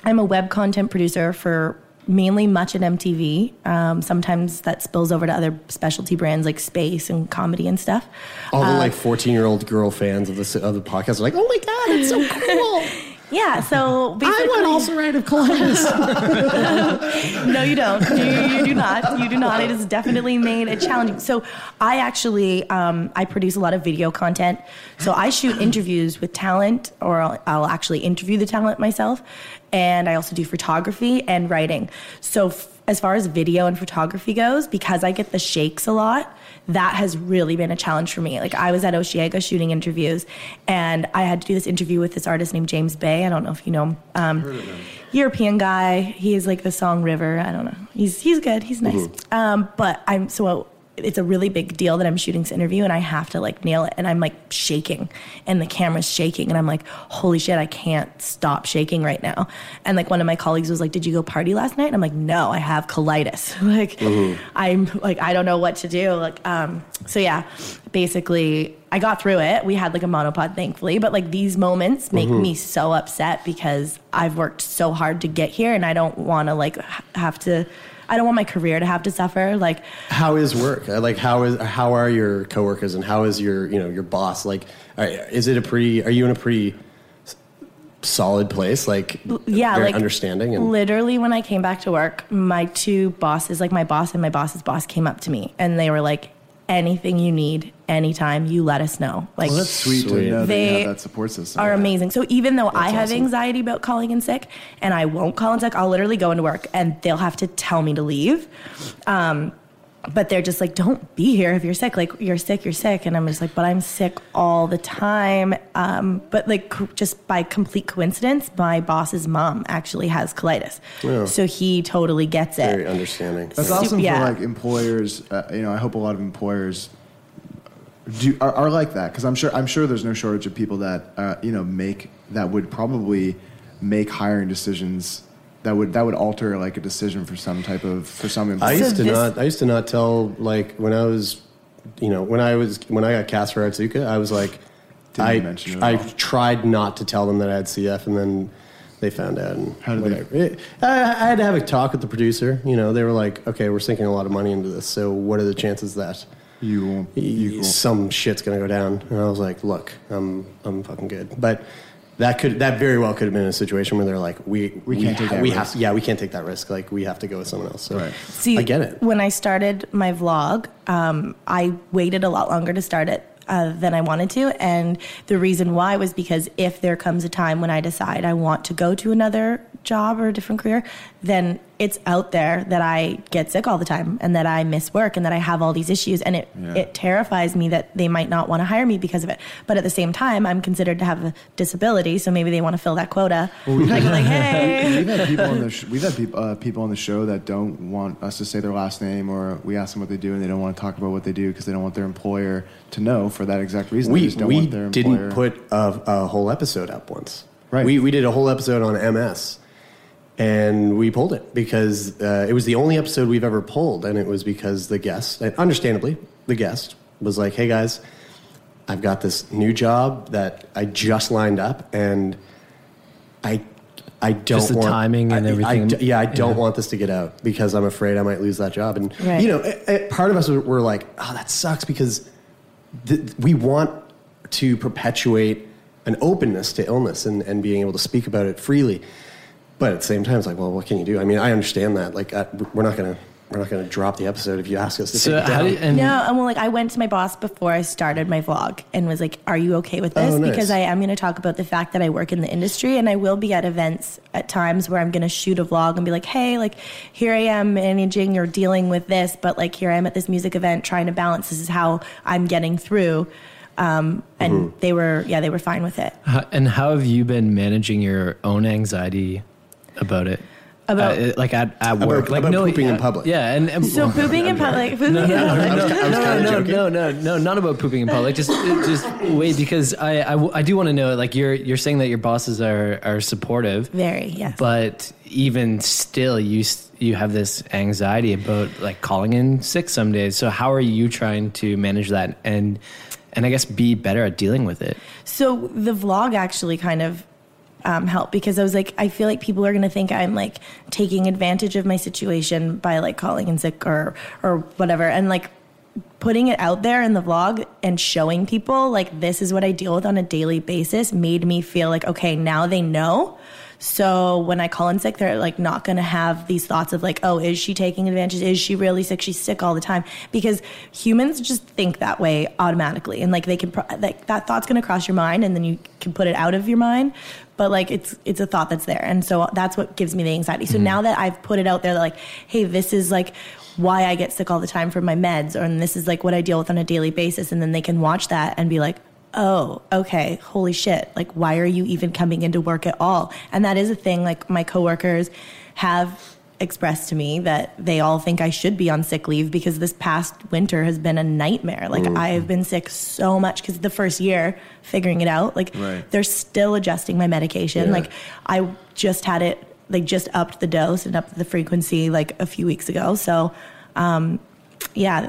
I'm a web content producer for mainly Much at MTV. Um, sometimes that spills over to other specialty brands like Space and comedy and stuff. All the Uh, like fourteen-year-old girl fans of the of the podcast are like, oh my god, it's so cool. Yeah, so basically. I want ulcerative colitis. no, you don't. You, you do not. You do not. It has definitely made it challenging. So I actually, um, I produce a lot of video content. So I shoot interviews with talent, or I'll, I'll actually interview the talent myself. and I also do photography and writing. So, f- as far as video and photography goes, because I get the shakes a lot, that has really been a challenge for me. Like, I was at Oshiega shooting interviews, and I had to do this interview with this artist named James Bay. I don't know if you know him. Um, European guy. He is like the song River. I don't know. He's, he's good. He's nice. Um, but I'm so it's a really big deal that I'm shooting this interview and I have to like nail it. And I'm like shaking and the camera's shaking. And I'm like, holy shit, I can't stop shaking right now. And like one of my colleagues was like, Did you go party last night? And I'm like, No, I have colitis. like, I'm like, I don't know what to do. Like, um, so yeah, basically, I got through it. We had like a monopod, thankfully, but like these moments make Mhm. Mm-hmm. me so upset because I've worked so hard to get here and I don't want to like ha- have to, I don't want my career to have to suffer. Like, How is work? Uh, Like how is how are your coworkers and how is your you know your boss? Like, are, is it a pretty? Are you in a pretty s- solid place? Like, yeah, very like understanding and literally when I came back to work, my two bosses, like my boss and my boss's boss, came up to me and they were like, "Anything you need, anytime, you let us know." Like Well, that's sweet, to know that you they have that support system. are amazing. So even though I have awesome. anxiety about calling in sick, and I won't call in sick, I'll literally go into work and they'll have to tell me to leave. Um, but they're just like, don't be here if you're sick. Like, you're sick, you're sick. And I'm just like, but I'm sick all the time. Um, but, like, co- just by complete coincidence, my boss's mom actually has colitis. Yeah. So he totally gets it. very understanding. That's awesome for like employers. Uh, you know, I hope a lot of employers do are, are like that because I'm sure I'm sure there's no shortage of people that uh, you know make that would probably make hiring decisions that would that would alter like a decision for some type of for some. I Employer. used to not. I used to not tell like when I was, you know, when I was when I got cast for Atsuka, I was like, Didn't I mention it at I all. tried not to tell them that I had CF, and then they found out. And How did they- I, I had to have a talk with the producer. You know, they were like, okay, we're sinking a lot of money into this, so what are the chances that you won't, you some shit's gonna go down? And I was like, look, I'm I'm fucking good, but. That could that very well could have been a situation where they're like we we, can't take ha- that we risk. have yeah we can't take that risk like we have to go with someone else so See, I get it When I started my vlog, um, I waited a lot longer to start it uh, than I wanted to. And the reason why was because if there comes a time when I decide I want to go to another job or a different career, then it's out there that I get sick all the time and that I miss work and that I have all these issues. And it, Yeah. it terrifies me that they might not want to hire me because of it. But at the same time, I'm considered to have a disability. So maybe they want to fill that quota. I go like, hey. We've had people on the sh- we've had peop- uh, people on the show that don't want us to say their last name, or we ask them what they do, and they don't want to talk about what they do because they don't want their employer to know for that exact reason. they We, just don't we want their didn't employer- put a, a whole episode up once. Right. We, we did a whole episode on MS and we pulled it because uh, it was the only episode we've ever pulled. And it was because the guest, and understandably, the guest was like, hey guys, I've got this new job that I just lined up and I. I don't Just the want timing and I- I everything. d- yeah, I don't Yeah. want this to get out because I'm afraid I might lose that job. And Right. you know, it, it- part of us were- were like, "Oh, that sucks," because th- we want to perpetuate an openness to illness and, and being able to speak about it freely. But at the same time, it's like, well, what can you do? I mean, I understand that. Like, I, we're not gonna we're not gonna drop the episode if you ask us to So take it how down. do you- and- no, and well, like I went to my boss before I started my vlog and was like, "Are you okay with this?" Oh, nice. Because I am going to talk about the fact that I work in the industry and I will be at events at times where I'm going to shoot a vlog and be like, "Hey, like here I am managing or dealing with this, but like here I am at this music event trying to balance. This is how I'm getting through." Um, and Mhm. they were, yeah, they were fine with it. How, and how have you been managing your own anxiety about it? About- Uh, like at, at About- work, like about no, pooping in yeah, public. Yeah, and, and So pooping in public, pooping no, in no, public. no, no, I was kinda no, no, joking. no, no, no, not about pooping in public. Just, just wait, because I, I, w- I do want to know. Like you're, you're saying that your bosses are, are supportive, Very, yes. but even still, you, s- you have this anxiety about like calling in sick some days. So how are you trying to manage that and, and I guess be better at dealing with it? So the vlog actually kind of um, helped because I was like, I feel like people are gonna think I'm like taking advantage of my situation by like calling in sick or or whatever, and like putting it out there in the vlog and showing people like this is what I deal with on a daily basis made me feel like okay, now they know. So when I call in sick, they're like not going to have these thoughts of like, oh, is she taking advantage? Is she really sick? She's sick all the time because humans just think that way automatically, and like they can pro- like that thought's going to cross your mind, and then you can put it out of your mind. but like it's it's a thought that's there, and so that's what gives me the anxiety. So Mhm. now that I've put it out there, that like, hey, this is like why I get sick all the time from my meds, or and this is like what I deal with on a daily basis, and then they can watch that and be like. Oh, okay. Holy shit. Like, why are you even coming into work at all? And that is a thing, like, my coworkers have expressed to me that they all think I should be on sick leave because this past winter has been a nightmare. Like Mm. I have been sick so much because the first year figuring it out, like Right. they're still adjusting my medication. Yeah. Like I just had it, like just upped the dose and upped the frequency like a few weeks ago. So, um, yeah,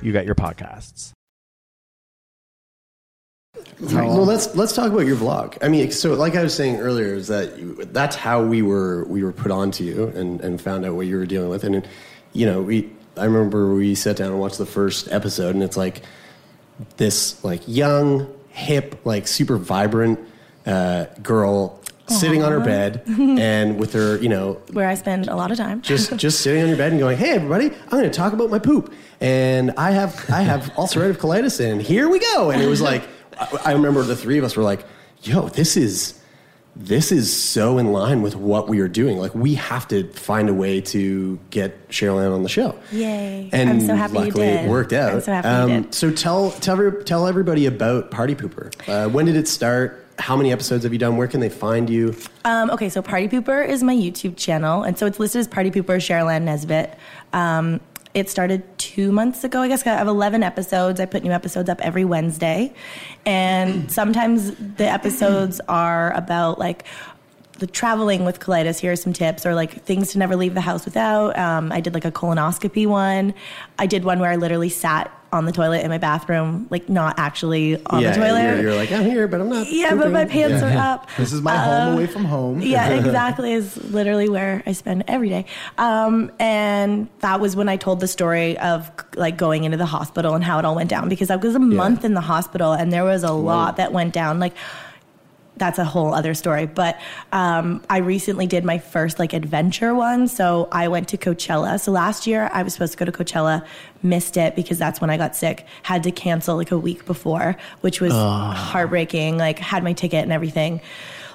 you get your podcasts. Well, let's let's talk about your vlog. I mean, so like I was saying earlier, is that you, that's how we were we were put onto you and and found out what you were dealing with, and you know we I remember we sat down and watched the first episode, and it's like this like young, hip, like super vibrant uh, girl sitting on her Aw. bed and with her you know where I spend a lot of time. just just sitting on your bed and going, "Hey, everybody, I'm going to talk about my poop, and I have I have ulcerative colitis, and here we go." And it was like, I, I remember the three of us were like, "Yo, this is this is so in line with what we are doing. Like, we have to find a way to get Cheryl Ann on the show." Yay. And I'm so happy luckily you did. it worked out. I'm so happy you Um, did. So tell tell every- tell everybody about Party Pooper. Uh, when did it start? How many episodes have you done? Where can they find you? Um, okay, so Party Pooper is my YouTube channel, and so it's listed as Party Pooper Cheryl Ann Nesbitt. Um, it started two months ago, I guess. I have 11 episodes. I put new episodes up every Wednesday, and sometimes the episodes are about like the traveling with colitis. Here are some tips, or like things to never leave the house without. Um, I did like a colonoscopy one. I did one where I literally sat on the toilet in my bathroom, like not actually on Yeah, the toilet. you're- you're like, I'm here, but I'm not Yeah, but my pooping. pants Yeah. are up. This is my home Um, away from home. Yeah, exactly. Is literally where I spend every day. Um, and that was when I told the story of like going into the hospital and how it all went down because I was a month in the hospital and there was a lot that went down. Like that's a whole other story. But um, I recently did my first like adventure one. So I went to Coachella. So last year I was supposed to go to Coachella, missed it because that's when I got sick, had to cancel like a week before, which was Ah. heartbreaking. Like had my ticket and everything.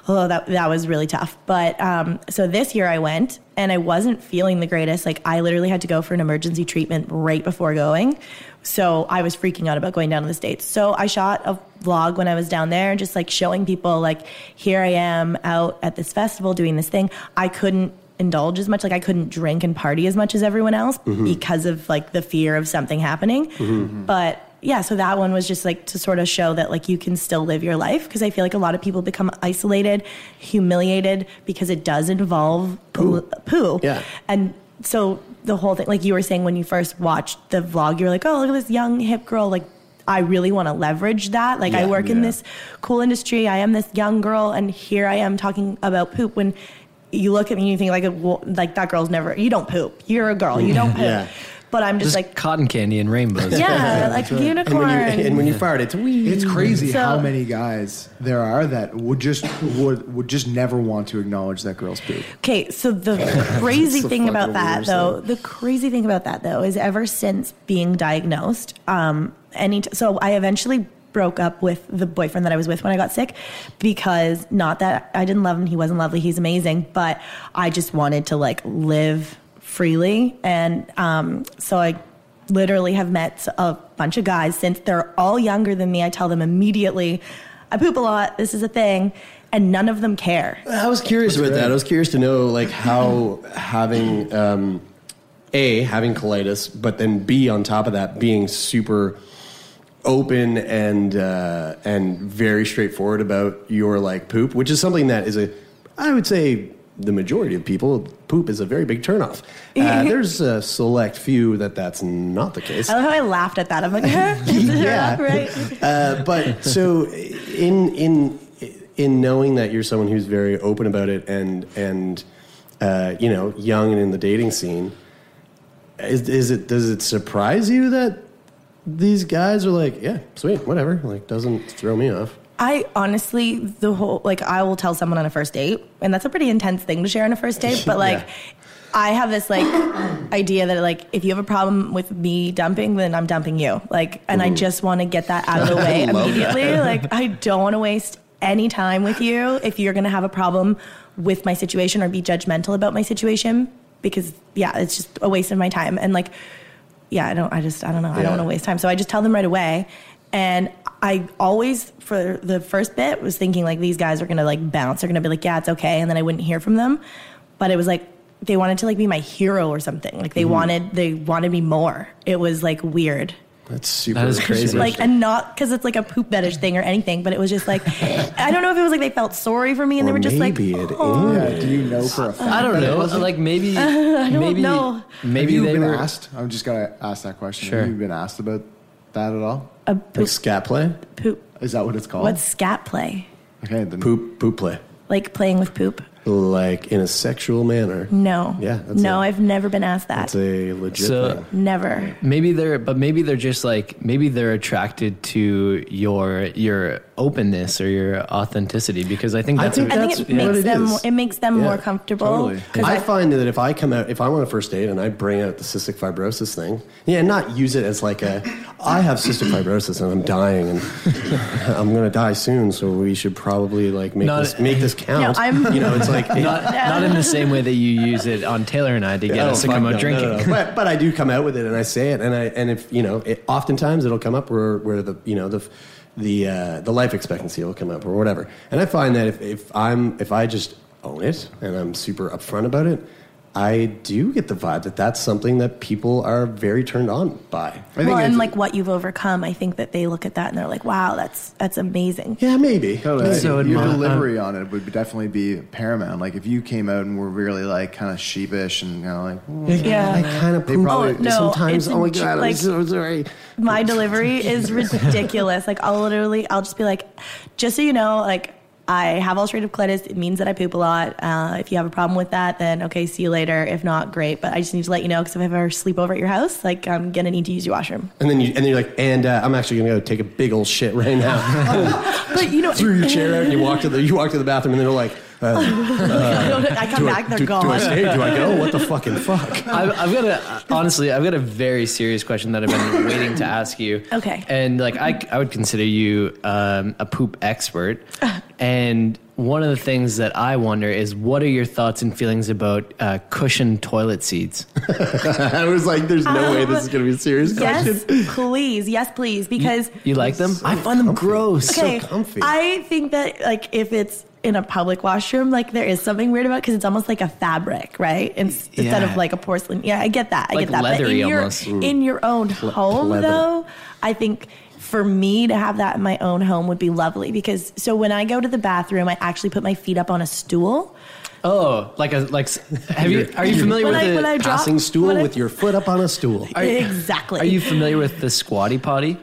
Oh, that that was really tough. But um, so this year I went and I wasn't feeling the greatest. Like I literally had to go for an emergency treatment right before going. So I was freaking out about going down to the States. So I shot a vlog when I was down there, just like showing people like, here I am out at this festival doing this thing. I couldn't indulge as much, like I couldn't drink and party as much as everyone else Mhm. because of like the fear of something happening. But yeah, so that one was just like to sort of show that like you can still live your life because I feel like a lot of people become isolated, humiliated because it does involve poo. poo. Yeah. And so the whole thing, like you were saying when you first watched the vlog, you were like, oh, look at this young hip girl. Like, I really want to leverage that. Like, I Yeah. work in Yeah. this cool industry. I am this young girl, and here I am talking about poop when. You look at me and you think like well, like that girl's never. You don't poop. You're a girl. You don't poop. Yeah. But I'm just Just like like cotton candy and rainbows. Yeah, like unicorn. fired it, it's crazy So- how many guys there are that would just would would just never want to acknowledge that girl's poop. Okay, so the It's crazy the thing about fucking that, worst though, the crazy thing about that, though, is ever since being diagnosed, um, any t- so I eventually broke up with the boyfriend that I was with when I got sick because not that I didn't love him, he wasn't lovely, he's amazing, but I just wanted to like live freely, and um, so I literally have met a bunch of guys since they're all younger than me. I tell them immediately, I poop a lot, this is a thing, and none of them care. I was curious about that. I was curious to know like how having um, a having colitis, but then B on top of that being super open and uh, and very straightforward about your like poop, which is something that is a I would say the majority of people poop is a very big turnoff. Uh, there's a select few that that's not the case. I love how I laughed at that. I'm like, huh? Is it Yeah. up, right? Uh, but so Uh, in in in knowing that you're someone who's very open about it and and uh, you know young and in the dating scene, is, is it does it surprise you that these guys are like, yeah, sweet, whatever, like doesn't throw me off. I honestly, the whole, like, I will tell someone on a first date, and that's a pretty intense thing to share on a first date, but like, I have this like idea that like if you have a problem with me dumping, then I'm dumping you. Like, and I Ooh. just want to get that out of the way I love immediately. that. Like, I don't want to waste any time with you if you're gonna have a problem with my situation or be judgmental about my situation because yeah, it's just a waste of my time. And like, yeah, I don't. I just I don't know. I Yeah. don't want to waste time. So I just tell them right away. And I always, for the first bit, was thinking like these guys are gonna like bounce. They're gonna be like, yeah, it's okay. And then I wouldn't hear from them. But it was like they wanted to like be my hero or something. Like they Mhm. wanted they wanted me more. It was like weird. That's super. That is crazy. Like and not because it's like a poop fetish thing or anything, but it was just like I don't know if it was like they felt sorry for me and they were just like "Oh, yeah, do you know for a fact? I don't that it know. wasn't? Like maybe, I don't maybe, know. maybe Have you they been were. asked. I'm just gonna ask that question. Sure. Have you been asked about that at all? A like scat play. Poop. Is that what it's called? Oh. what's scat play? okay? Then poop poop play, Like playing with poop? like in a sexual manner. No. Yeah, that's no, i I've never been asked that. That's a legit So- thing. Never. Maybe they're, but maybe they're just like maybe they're attracted to your your openness or your authenticity because I think I that's think what- that's it yeah. makes what it them is. more- it makes them Yeah, more comfortable. I, 'Cause I- find that if I come out, if I'm on a first date and I bring out the cystic fibrosis thing, yeah, and not use it as like a, I have cystic fibrosis and I'm dying and I'm gonna die soon, so we should probably like make Not- this make this count. you know, it's like not, not in the same way that you use it on Taylor and I to get Yeah, us to oh, come out fuck no, no, drinking. no, no. But but I do come out with it and I say it and I and if you know, it, oftentimes it'll come up where where the you know the the uh, the life expectancy will come up or whatever. And I find that if, if I'm if I just own it and I'm super upfront about it, I do get the vibe that that's something that people are very turned on by. well, and like what you've overcome, I think that they look at that and they're like, "Wow, that's that's amazing." Yeah, maybe. Totally. So your uh, admi- delivery on it would definitely be paramount. Like if you came out and were really like kind of sheepish and you know, like mm, Yeah. I kinda they poop. probably Oh, no, sometimes, it's oh my ju- god, I'm like- so sorry. My delivery is ridiculous. like I'll literally, I'll just be like, "Just so you know, like I have ulcerative colitis. It means that I poop a lot. Uh, if you have a problem with that, then okay, see you later. If not, great. But I just need to let you know because if I ever sleep over at your house, like I'm gonna need to use your washroom." And then you and then you're like, and uh, I'm actually gonna go take a big old shit right now. but you know, threw your chair out and you walk to the you walk to the bathroom and they're like, uh, uh, I come do back, they're do, Do I gone. stay? Do I go? What the fucking fuck? I've, I've got a honestly, I've got a very serious question that I've been waiting to ask you. Okay. And like I, I would consider you um, a poop expert. and one of the things that I wonder is, what are your thoughts and feelings about uh, cushion toilet seats? I was like, there's no way this is going to be a serious Yes, please. Yes, please. Because You like them? I find them gross. okay, I think that like if it's in a public washroom, like there is something weird about because it's almost like a fabric, right? In, Instead Yeah. of like a porcelain. Yeah, I get that. I Like get that. leathery in your almost. Ooh. in your own Ple- home pleather. though, I think for me to have that in my own home would be lovely because so when I go to the bathroom, I actually put my feet up on a stool. Oh, like a like. s- Have you? Are you familiar When with I- the when I drop- Passing stool with your foot up on a stool. Are you- exactly. Are you familiar with the squatty potty?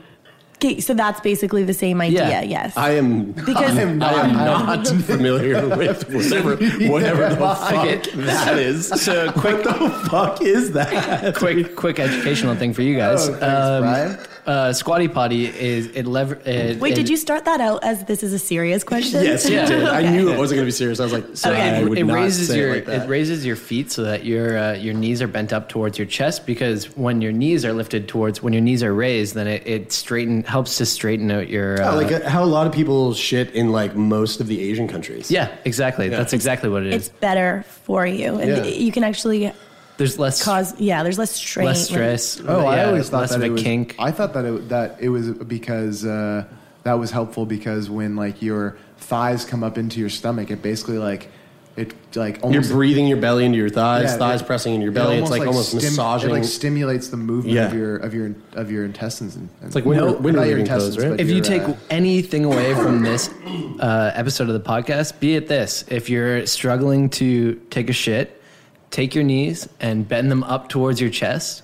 Okay, so that's basically the same idea. Yes. I am Because- I am not, I am not familiar with whatever whatever the fuck Okay. that is. So quick, what the fuck is that? Quick, quick educational thing for you guys. Oh, thanks, um, uh, squatty potty is it lever? It, Wait, it- did you start that out as this is a serious question? Yes, you did. I Okay. knew it wasn't going to be serious. I was like, So I it, would it not raises say it your like that. it raises your feet so that your uh, your knees are bent up towards your chest because when your knees are lifted towards when your knees are raised then it, it straighten helps to straighten out your Yeah, uh, like uh, how a lot of people shit in like most of the Asian countries. yeah exactly that's exactly what it It's is better for you, and Yeah. you can actually there's less cause. Yeah, there's less strain. Less stress. Oh, I Yeah, always thought less that of a it was, kink. I thought that it, that it was because uh, that was helpful because when like your thighs come up into your stomach, it basically like it like You're almost breathing your belly into your thighs, Yeah, thighs it- pressing into your it belly. It's like almost stim- massaging. It like stimulates the movement of Yeah. your of your of your intestines. And, and It's like winter- winter not your living clothes, intestines, right? but if you your, take uh, anything away from this uh, episode of the podcast, be it this: if you're struggling to take a shit, take your knees and bend them up towards your chest,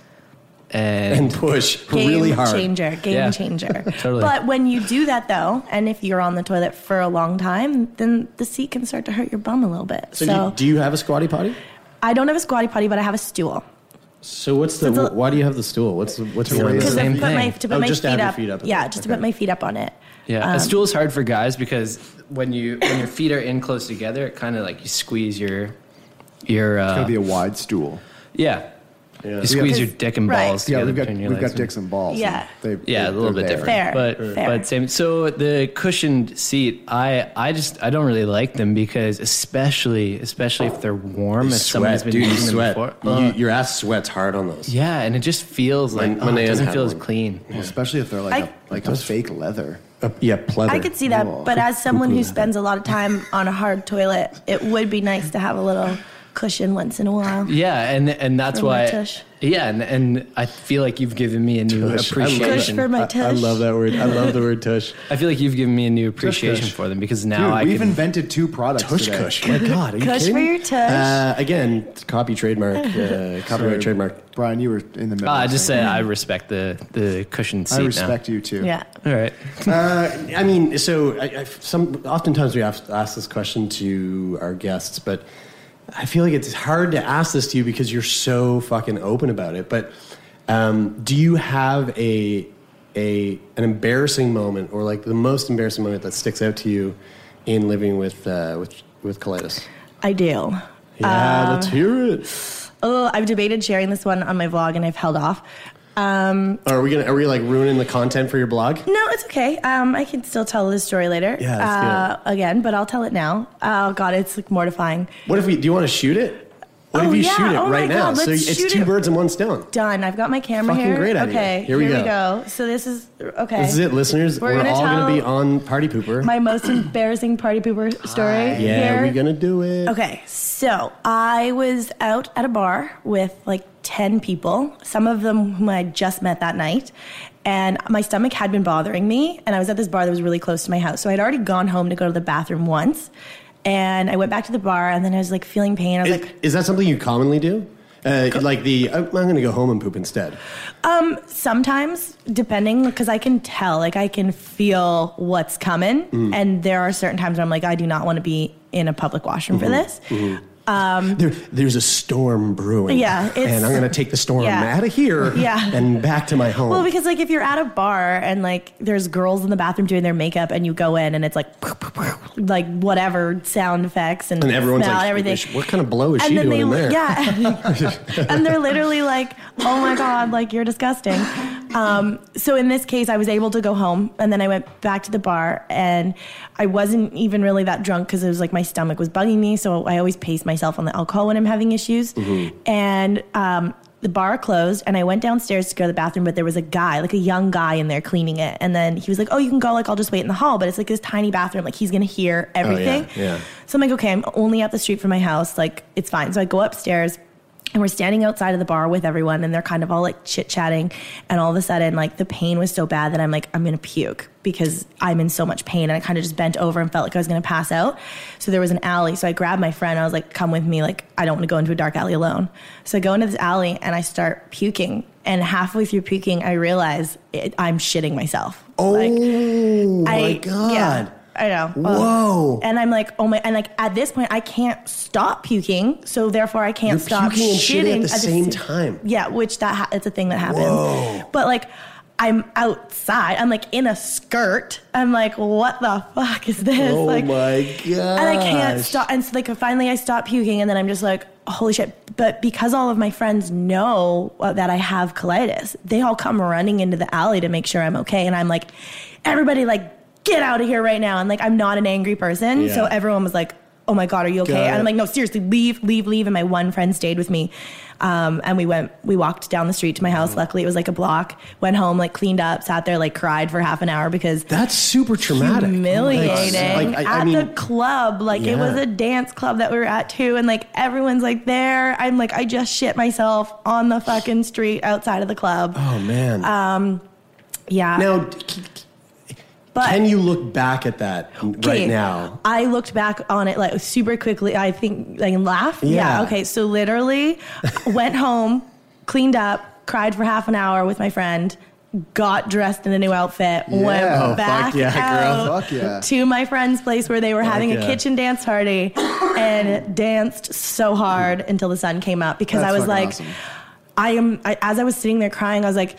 and, And push Game changer, game Yeah. changer. Totally. But when you do that though, and if you're on the toilet for a long time, then the seat can start to hurt your bum a little bit. So, So, do, you, do you have a squatty potty? I don't have a squatty potty, but I have a stool. So what's the? why do you have the stool? What's the? What's the? Because reason? I put my, to put oh, my just feet, to have up. your feet up. Yeah, just to put my feet up on it. Yeah, Um, a stool is hard for guys because when you when your feet are in close together, it kind of like you squeeze your your. Uh, It's gotta be a wide stool. Yeah, Yeah. you squeeze your dick and Right. balls. Yeah, together we've got between your we've legs got dicks and balls. Yeah. They, yeah, a little bit they're different, there. but Fair. Fair. but same. So the cushioned seat, I I just I don't really like them because especially especially if they're warm, You if someone's sweat, been dude. You using them sweat. before. You, Ugh. your ass sweats hard on those. yeah, and it just feels My- like my oh, it nan doesn't had feel as one. clean, especially if they're like I- a, like a fake leather. yeah, pleather. I could see that, but as someone who Cuckoo. spends a lot of time on a hard toilet, it would be nice to have a little cushion once in a while. Yeah, and and that's For my why. tush. Yeah, and, and I feel like you've given me a new Tush. I love appreciation. Tush for my I- I tush. love that word. I love the word tush. I feel like you've given me a new Tush appreciation kush. for them because now Dude, I we've can, invented two products. Tush today. Kush. My God, are you Kush kidding for me? your tush. Uh, again, copy trademark. Uh, copyright Sorry. trademark. Brian, you were in the Ah, Uh, I just say I respect the the cushion seat. I respect you too. Yeah. All right. uh, I mean, so I, I, some oftentimes we ask, ask this question to our guests, but I feel like it's hard to ask this to you because you're so fucking open about it. But um, do you have a a an embarrassing moment or like the most embarrassing moment that sticks out to you in living with uh, with with colitis? I do. Yeah, Um, let's hear it. Oh, I've debated sharing this one on my vlog, and I've held off. Um, Are we gonna? Are we like ruining the content for your blog? No, it's okay. Um, I can still tell this story later. Yeah, let's uh, again, but I'll tell it now. Oh God, it's like mortifying. What if we? Do you want to shoot it? What Oh, if you yeah. shoot it Oh, right my now? God, so let's it's shoot two it. birds and one stone. Done. I've got my camera Fucking here. great idea. Okay, Here we go. So this is okay. This is it, listeners. We're, all going to be on Party Pooper. my most embarrassing party pooper story. Ah, yeah, here. we're going to do it. Okay, so I was out at a bar with like 10 people, some of them whom I had just met that night. And my stomach had been bothering me. And I was at this bar that was really close to my house. So I'd already gone home to go to the bathroom once. And I went back to the bar and then I was like feeling pain. I was like, Is that something you commonly do? Uh, like the, I'm going to go home and poop instead. um, sometimes depending, because I can tell, like I can feel what's coming. Mm. And there are certain times where I'm like, I do not want to be in a public washroom for Mhm, this. mhm. Um, There, there's a storm brewing. Yeah, it's- and I'm going to take the storm Yeah. out of here Yeah. and back to my home. Well, because like if you're at a bar and like there's girls in the bathroom doing their makeup and you go in and it's like like whatever sound effects and, and everyone's smell like, and everything. what kind of blow is and she then doing they in there? yeah, and they're literally like, "Oh my god, like you're disgusting." Um, so in this case, I was able to go home, and then I went back to the bar, and I wasn't even really that drunk because it was like my stomach was bugging me. So I always pace myself on the alcohol when I'm having issues, Mm-hmm. and um, the bar closed and i went downstairs to go to the bathroom but there was a guy like a young guy in there cleaning it and then he was like oh you can go like i'll just wait in the hall but it's like this tiny bathroom like he's gonna hear everything Oh, yeah, yeah. so I'm like, okay, I'm only up the street from my house. Like, it's fine. So I go upstairs and we're standing outside of the bar with everyone and they're kind of all like chit chatting. And all of a sudden, like, the pain was so bad that I'm like, I'm going to puke because I'm in so much pain. And I kind of just bent over and felt like I was going to pass out. So there was an alley. So I grabbed my friend. I was like, come with me. Like, I don't want to go into a dark alley alone. So I go into this alley and I start puking. And halfway through puking, I realize it, I'm shitting myself. Oh I- my God. yeah. I know. Ugh. Whoa. And I'm like, oh my, and like at this point, I can't stop puking, so therefore I can't You're stop puking and shitting shitting at the same s- time. Yeah, which that ha- it's a thing that happens. Whoa. But like, I'm outside. I'm like in a skirt. I'm like, what the fuck is this? Oh like, my God. and I can't stop. And so, like, finally, I stop puking, and then I'm just like, holy shit. But because all of my friends know uh, that I have colitis, they all come running into the alley to make sure I'm okay. And I'm like, everybody, like, get out of here right now. And like, I'm not an angry person. Yeah. So everyone was like, oh my God, are you okay? Got And it. I'm like, no, seriously, leave, leave, leave. And my one friend stayed with me. Um, and we went, we walked down the street to my Mm-hmm. house. Luckily, it was like a block. Went home, like cleaned up, sat there, like cried for half an hour because that's super traumatic, humiliating. Like, I- I at the mean- club, like it was Yeah. a dance club that we were at too, and like everyone's like there. I'm like, I just shit myself on the fucking street outside of the club. Oh, man. Um, yeah. Now, c- c- can you look back at that right Okay. now? I looked back on it like super quickly. I think like and laugh. Yeah. Okay. So literally went home, cleaned up, cried for half an hour with my friend, got dressed in a new outfit, went Yeah. Oh, fuck back yeah, out girl. Fuck yeah. to my friend's place where they were Fuck having a yeah. kitchen dance party and danced so hard until the sun came up because That's I was fucking like, awesome. I am, I, as I was sitting there crying, I was like,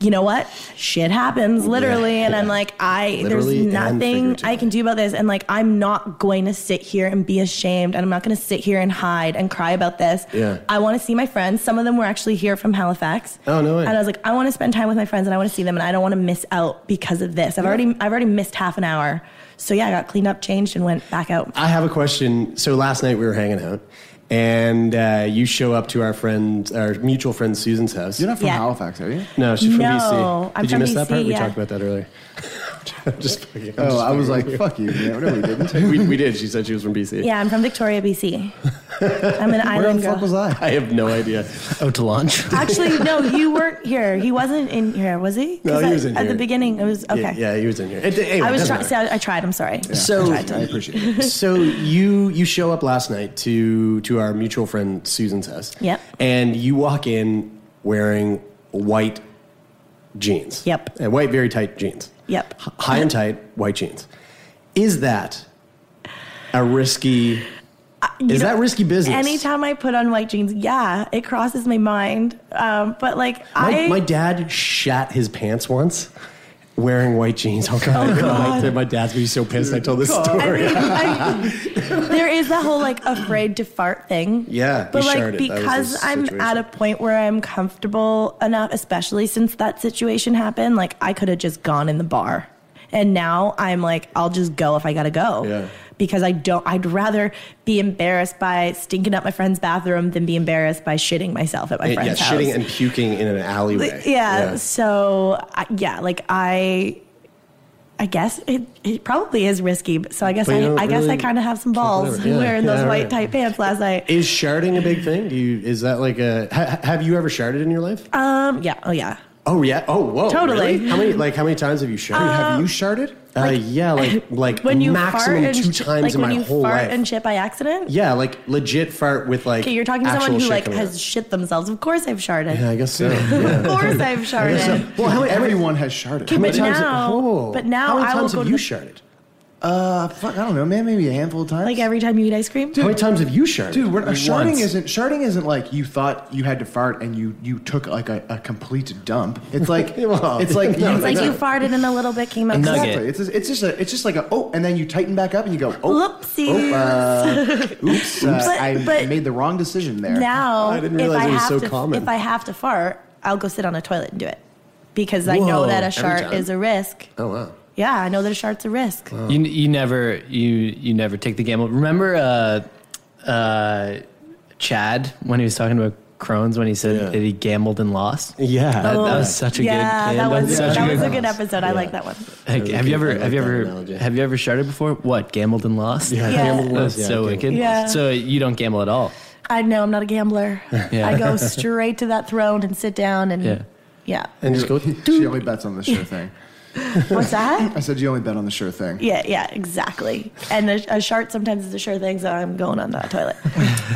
you know what? Shit happens, literally. Yeah. And I'm like, I, Literally and there's nothing I can do about this. And like, I'm not going to sit here and be ashamed. And I'm not going to sit here and hide and cry about this. Yeah. I want to see my friends. Some of them were actually here from Halifax. Oh, no way. And I was like, I want to spend time with my friends and I want to see them and I don't want to miss out because of this. I've already I've already missed half an hour. So yeah, I got cleaned up, changed, and went back out. I have a question. So last night we were hanging out, and uh, you show up to our friend, our mutual friend Susan's house. You're not from Yeah. Halifax, are you? No, she's from No, BC. I'm Did you from miss that BC, part? We yeah. talked about that earlier. I'm just fucking. Oh, I was like, fuck you, man. No, we didn't. we, we did. She said she was from BC. Yeah, I'm from Victoria, BC. I'm an island girl. was I? I have no idea. Oh, to lunch. Actually, no, you weren't here. He wasn't in here, was he? 'Cause No, he I- was in at here. the beginning. It was okay. Yeah, yeah, he was in here. It- anyway, I was doesn't trying. matter. See, I, I tried. I'm sorry. So I, tried to- so you you show up last night to to our mutual friend Susan's house. Yep. And you walk in wearing white jeans. Yep. And white, very tight jeans. Yep. H- High and tight white jeans. Is that a risky? you is know, that risky business? Anytime I put on white jeans, yeah, it crosses my mind. Um, but like My, I, my dad shat his pants once wearing white jeans. Oh god! Oh, God. My, my dad's gonna be so pissed. I told this God. story. there is that whole like afraid to fart thing. yeah, But he like sharted. That was because his I'm at situation. a point where I'm comfortable enough, especially since that situation happened, like I could have just gone in the bar. And now I'm like, I'll just go if I gotta go. Yeah. Because I don't I'd rather be embarrassed by stinking up my friend's bathroom than be embarrassed by shitting myself at my Yeah, friend's yeah, house. shitting and puking in an alleyway. Like, yeah, So I, yeah, like I, I guess it, it probably is risky. but- So I guess But I, you don't I guess I really- kind of have some balls whatever. Yeah, wearing yeah, those white right. tight pants last night. Is sharding a big thing? Do you is that like a ha, have you ever sharded in your life? Um. Yeah. Oh yeah. Oh yeah. Oh whoa. Totally. really? How many like how many times have you sharded? have you sharded? Uh, yeah, like like When you maximum fart and two sh- times like in when my you whole fart life. and shit by accident. yeah, like legit fart with like. Okay, you're talking to someone actual who shit like coming has shit themselves. Of course I've out. sharded. Yeah, I guess so. Yeah. Of course I've sharded. Well, how many, everyone has sharded. Okay, but now, Oh. but now how many I will times go have to you the- sharded? Uh, fuck, I don't know, man. Maybe a handful of times. Like every time you eat ice cream. How many times have you sharded? Dude, we're, uh, Once. sharding isn't sharding isn't like you thought you had to fart and you you took like a, a complete dump. It's like Well, it's like no, It's like you farted and a little bit came out. Exactly. It's just, it's just a it's just like a oh, and then you tighten back up and you go oh, Whoopsies. oh, uh, oops, uh, But- I but- made the wrong decision there. Now, if I have to, If I, I have to fart, I'll go sit on a toilet and do it because I know Whoa, that a every shart time? is a risk. Oh wow. Yeah, I know that a shart's a risk. You you never you you never take the gamble. Remember uh, uh, Chad when he was talking about Crohn's when he said that he gambled and lost. Yeah, that, Oh. that was such a yeah, good. that game. was, Such that was a game. good episode. I like that one. Like, have you ever have you ever have you ever sharded before? What gambled and lost? Yeah. gambled and That's lost, yeah, so gambled wicked. and lost. Yeah. So you don't gamble at all. I know I'm not a gambler. Yeah. I go straight to that throne and sit down and yeah. Yeah. and just go. she only bets on the sure thing. What's that? I said you only bet on the sure thing. Yeah, yeah, exactly. And a, a shart sometimes is a sure thing, so I'm going on that toilet.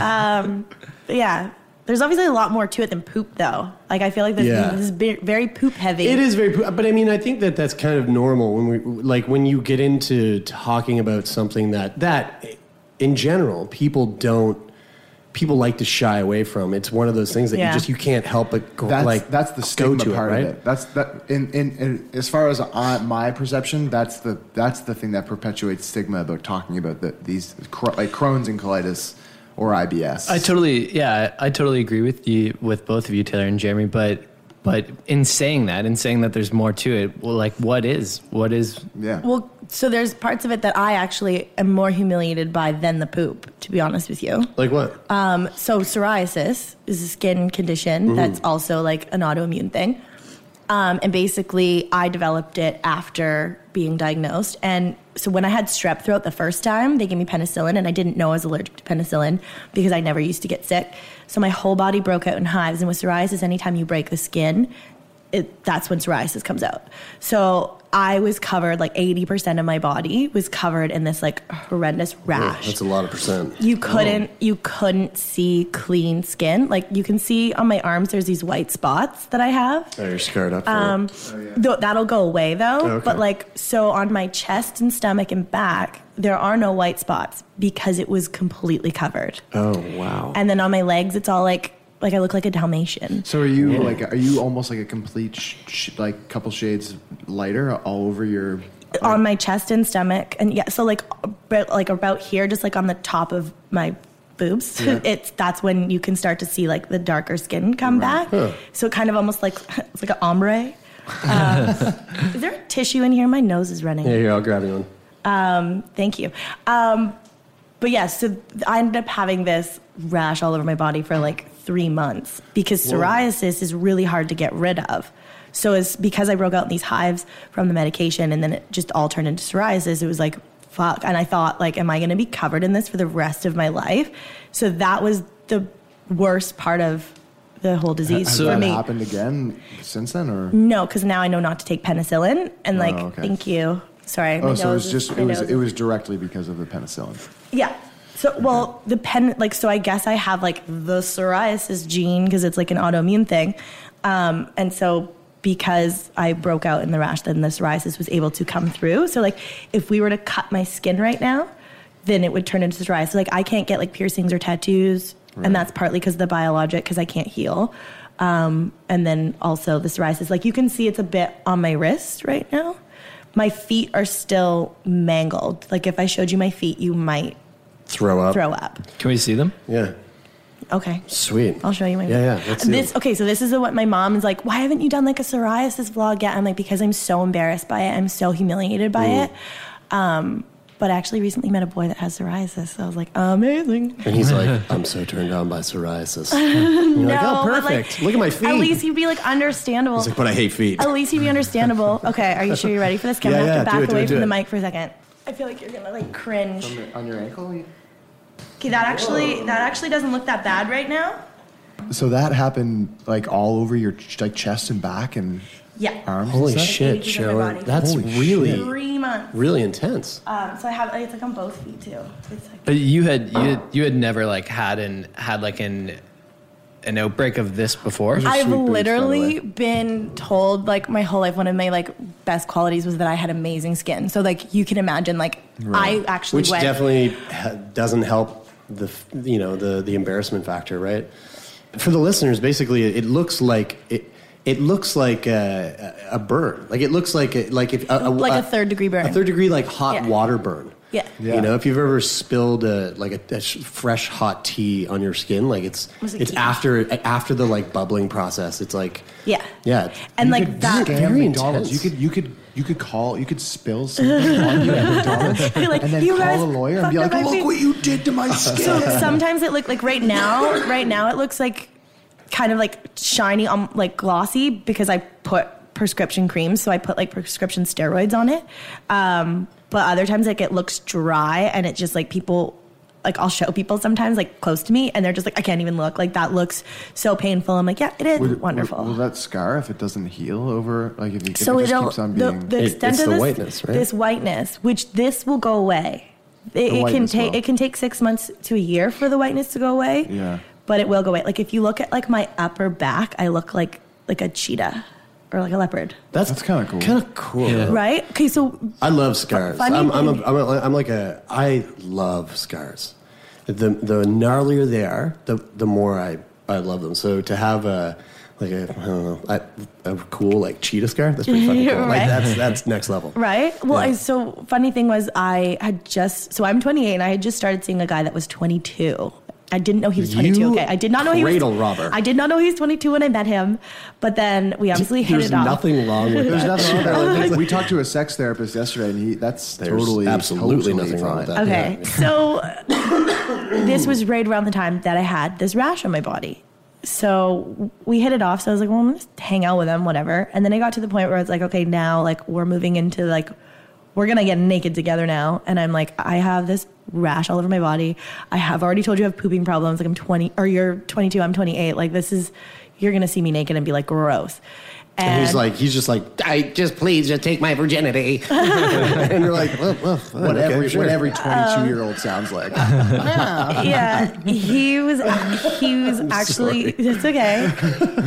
Um, but yeah, there's obviously a lot more to it than poop, though. Like I feel like this, Yeah. this is be- very poop heavy. It is very, but I mean, I think that that's kind of normal when we like when you get into talking about something that that in general people don't people like to shy away from. It's one of those things that Yeah. you just you can't help but gr- That's, like that's the go stigma to part it, right? of it. That's that. In, in, in as far as I, my perception, that's the that's the thing that perpetuates stigma about talking about the, these cro- like Crohn's and colitis or IBS. I totally, yeah, I totally agree with you, with both of you, Taylor and Jeremy. But, but in saying that, in saying that there's more to it, well, like what is, what is, yeah, Well, so there's parts of it that I actually am more humiliated by than the poop, to be honest with you. Like what? Um, so psoriasis is a skin condition Mhm. that's also like an autoimmune thing. Um, and basically, I developed it after being diagnosed. And so when I had strep throat the first time, they gave me penicillin, and I didn't know I was allergic to penicillin because I never used to get sick. So my whole body broke out in hives. And with psoriasis, anytime you break the skin, it, that's when psoriasis comes out. So I was covered, like 80% of my body was covered in this like horrendous Oh, rash. That's a lot of percent. You couldn't you couldn't see clean skin. Like you can see on my arms there's these white spots that I have. Oh, you're scarred up. for it. Um tho- that'll go away though. Oh, Okay. But like so on my chest and stomach and back there are no white spots because it was completely covered. Oh wow. And then on my legs it's all like like I look like a Dalmatian. So are you Yeah. like are you almost like a complete sh- sh- like couple shades lighter all over your on my chest and stomach and yeah so like about, like about here just like on the top of my boobs Yeah. it's that's when you can start to see like the darker skin come back Huh. so it kind of almost like it's like an ombre um, is there tissue in here my nose is running Yeah, here I'll grab you one. um, thank you um, but yeah so i ended up having this rash all over my body for like three months because Whoa. psoriasis is really hard to get rid of so it's because i broke out in these hives from the medication and then it just all turned into psoriasis it was like fuck and i thought like am i going to be covered in this for the rest of my life so that was the worst part of the whole disease Has for that me Mm-hmm. happened again since then or no because now i know not to take penicillin and Oh, like okay. thank you sorry my Oh, so it nose was is- just my it was nose it was directly because of the penicillin. yeah. So, well, the pen, like, so I guess I have like the psoriasis gene because it's like an autoimmune thing. Um, and so, because I broke out in the rash, then the psoriasis was able to come through. So, like, if we were to cut my skin right now, then it would turn into psoriasis. Like, I can't get like piercings or tattoos. Right. And that's partly because the biologic, because I can't heal. Um, and then also the psoriasis. Like, you can see it's a bit on my wrist right now. My feet are still mangled. Like, if I showed you my feet, you might Throw up. throw up. Can we see them? Yeah. Okay. Sweet. I'll show you my Uh, Yeah, yeah. Let's see this them. okay, so this is what my mom is like, why haven't you done like a psoriasis vlog yet? I'm like, because I'm so embarrassed by it. I'm so humiliated by Mm. it. Um, but I actually recently met a boy that has psoriasis. So I was like, amazing. And he's like, I'm so turned on by psoriasis. no, You're like, oh, but, like, perfect. Look at my feet. At least he'd be like understandable. He's like, but I hate feet. At least he'd be understandable. Okay, are you sure you're ready for this? Can Yeah, I have yeah, to do back it, do away it, do from the it. mic for a second? I feel like you're gonna like cringe. On, your ankle? Okay, that actually that actually doesn't look that bad right now. So that happened like all over your ch- like chest and back and Yeah. arms. Holy and stuff? shit, Eighty percent of my Cheryl. body. That's really- Three months. Really intense. Um, so I have it's like on both feet too. It's like But you had you had, you had never like had an had like an an outbreak of this before. I've literally been told like my whole life one of my like best qualities was that I had amazing skin. So like you can imagine like I actually Which went definitely ha- doesn't help the f- you know the the embarrassment factor, right? For the listeners, basically, it looks like it. It looks like a, a a burn. Like it looks like a, like if a, a, like a, third degree burn. a third degree like hot water burn. yeah. You know, if you've ever spilled a like a, a sh- fresh hot tea on your skin, like it's Was it it's tea? after after the like bubbling process. It's like Yeah. yeah, And, You like, could that- Scam very McDonald's. intense. You could you could you could call you could spill something on you at McDonald's like, and then "You call guys a lawyer and be fucked up my like, look feet." what you did to my skin. So sometimes it looked like right now, right now it looks like kind of like shiny, um, like glossy because I put prescription creams. So I put like prescription steroids on it. Um, but other times like it looks dry and it just like people, like I'll show people sometimes like close to me and they're just like, I can't even look like that looks so painful. I'm like, yeah, it is Would- would- wonderful. Will, that scar if it doesn't heal over like if, it- if so it it just will keeps on the, being the extent of this, this whiteness, which this will go away. It, it can whiteness take will. it can take six months to a year for the whiteness to go away. yeah. but it will go away. Like if you look at like my upper back, I look like like a cheetah or like a leopard, That's, kind of cool. Kind of cool. right? Okay, so I love scars. funny I'm, I'm, thing- a, I'm, a, I'm like a. I love scars. The the gnarlier they are, the the more I I love them. So to have a like a, I don't know, a, a cool like cheetah scar, that's pretty fucking cool. Like Right. that's that's next level. right? Well, I, so funny thing was I had just so I'm 28 and I had just started seeing a guy that was 22. I didn't know he was 22. You okay, I did not know he was cradle robber. I did not know he was 22 when I met him, but then we obviously hit There's it off. nothing wrong with There's that. nothing wrong with it. We talked to a sex therapist yesterday, and he that's totally absolutely totally nothing wrong with fine. that. Okay, so this was right around the time that I had this rash on my body. So we hit it off. So I was like, well, I'm gonna just hang out with him, whatever. And then I got to the point where I was like, okay, now like we're moving into like we're gonna get naked together now. And I'm like, I have this rash all over my body. I have already told you I have pooping problems. Like I'm 20 or you're 22, I'm 28. Like this is you're gonna see me naked and be like gross. And, he's And- like, he's just like, I just please just take my virginity. and you're like, well, well, fine, What okay, every, sure. what every 22 year old sounds like. yeah, he was he was actually it's okay.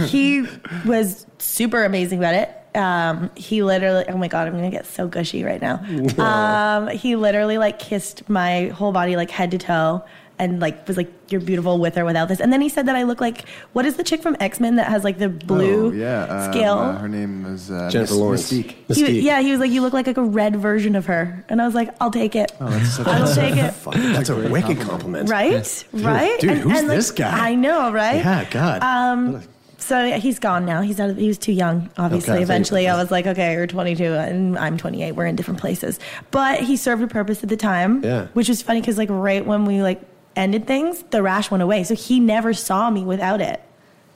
He was super amazing about it. Um, he literally oh my god, I'm gonna get so gushy right now. Um, he literally like kissed my whole body like head to toe and like was like you're beautiful with or without this. And then he said that I look like what is the chick from X Men that has like the blue Oh, yeah. um, scale? uh, her name is uh, Jennifer Miss- Lawrence. Mystique. He was- yeah, he was like, you look like, like a red version of her, and I was like, I'll take it. Oh, that's such I'll take it. That's a wicked compliment. Right? Right? Dude, And- who's and, like, this guy? I know, right? Yeah, God. Um, so yeah, he's gone now. He's out of, he was too young, obviously. Okay. Eventually, I was like, okay, you're 22 and I'm 28. We're in different places. But he served a purpose at the time, Yeah. which was funny because like right when we like ended things, the rash went away. So he never saw me without it.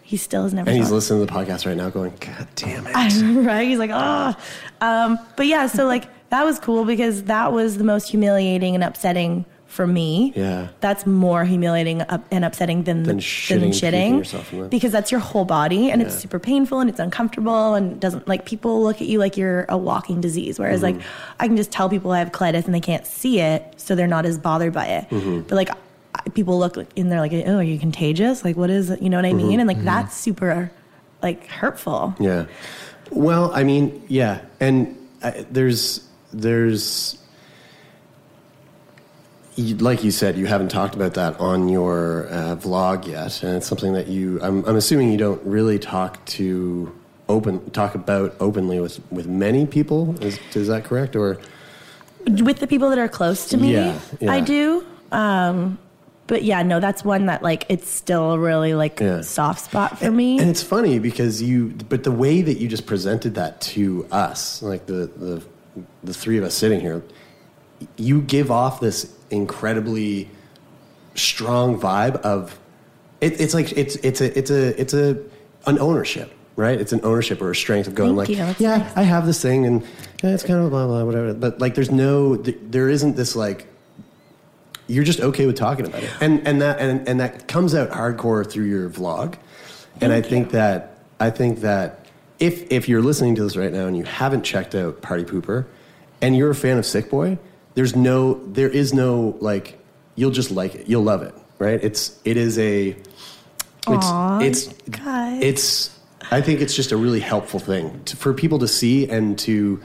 He still has never. And saw he's me. listening to the podcast right now, going, God damn it. I'm right? He's like, oh. Um, but yeah, so like that was cool because that was the most humiliating and upsetting for me. Yeah. That's more humiliating up- and upsetting than Than the, shitting than and puking shitting yourself in the- because that's your whole body and it's Yeah. super painful and it's uncomfortable and it doesn't like people look at you like you're a walking disease. Whereas Mhm. like I can just tell people I have colitis and they can't see it, so they're not as bothered by it. Mhm. But like I- people look like- and they're like, oh, are you contagious? Like what is it? You know what I Mhm. mean? And like Mhm. that's super like hurtful. Yeah. Well, I mean, yeah, and uh, there's there's you, like you said, you haven't talked about that on your uh, vlog yet, and it's something that you I'm, I'm assuming you don't really talk to open talk about openly with with many people. Is is that correct or? with the people that are close to me Yeah, yeah. i do um but yeah no that's one that like it's still really like Yeah. soft spot for me And it's funny because you, but the way that you just presented that to us, like the the the three of us sitting here, you give off this incredibly strong vibe of it, it's like it's it's a it's a it's a an ownership, right? It's an ownership or a strength of going Thank you, like, that's yeah, nice. I have this thing, and yeah, it's kind of blah blah whatever. But like, there's no, th- there isn't this like. You're just okay with talking about it, and and that and, and that comes out hardcore through your vlog, and I think that I think that if if you're listening to this right now and you haven't checked out Party Pooper, and you're a fan of Sick Boy, there's no there is no like you'll just like it, you'll love it, right? It's it is a Aw, it's it's guys. it's I think it's just a really helpful thing to, for people to see and to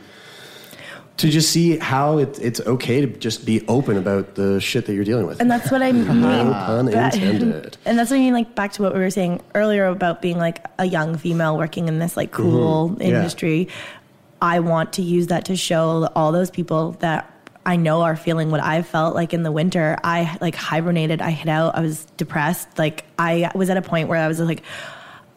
to just see how it, it's okay to just be open about the shit that you're dealing with. and that's what i mean No pun but- intended. and that's what i mean like back to what we were saying earlier about being like a young female working in this like cool Mhm, yeah. industry i want to use that to show all those people that I know are feeling what I felt like in the winter. I like hibernated, I hid out, I was depressed. Like I was at a point where I was like,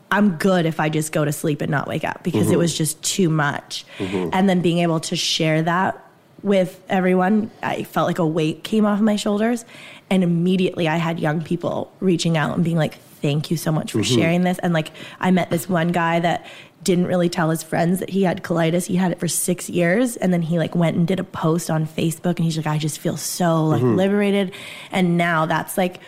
I'm good if I just go to sleep and not wake up because it Mhm. was just too much. Mhm. And then being able to share that with everyone, I felt like a weight came off my shoulders. And immediately I had young people reaching out and being like, thank you so much for Mhm. sharing this. And like, I met this one guy that didn't really tell his friends that he had colitis. He had it for six years. And then he like went and did a post on Facebook and he's like, I just feel so like Mhm. liberated. And now that's like,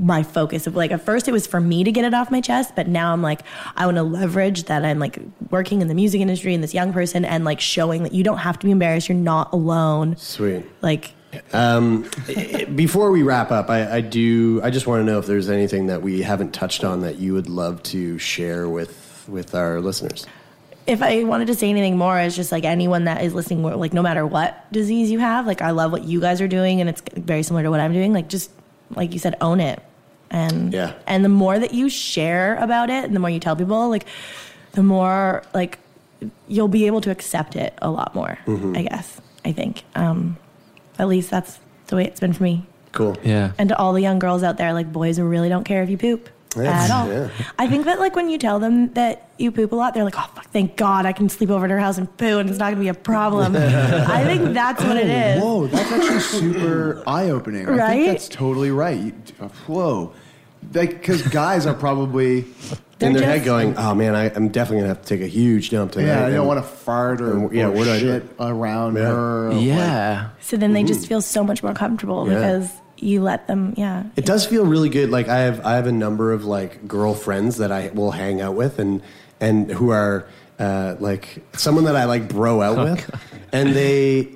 my focus of like at first it was for me to get it off my chest but now i'm like i want to leverage that i'm like working in the music industry and this young person and like showing that you don't have to be embarrassed you're not alone Sweet. like Um, before we wrap up, I, I do. I just want to know if there's anything that we haven't touched on that you would love to share with with our listeners. if i wanted to say anything more it's just like anyone that is listening more, like no matter what disease you have like i love what you guys are doing and it's very similar to what i'm doing like just like you said own it and Yeah. and the more that you share about it and the more you tell people like the more like you'll be able to accept it a lot more Mhm. i guess i think um at least that's the way it's been for me Cool. Yeah. and to all the young girls out there like boys who really don't care if you poop at all i think that like when you tell them that you poop a lot they're like oh fuck thank god i can sleep over at her house and poo and it's not gonna be a problem i think that's what it is Whoa, Oh, that's actually super eye opening. I Right? think that's totally right. You, uh, whoa. Because guys are probably. in their head, going, "Oh man, I, I'm definitely gonna have to take a huge dump tonight." Yeah, I don't And- want to fart or, and- yeah, or what do I do? shit around Yeah. her. Yeah. so then they just feel so much more comfortable Yeah. because you let them yeah It does feel really good. Like I have, I have a number of like girlfriends that I will hang out with, and and who are uh, like someone that I like bro out Oh, with, and they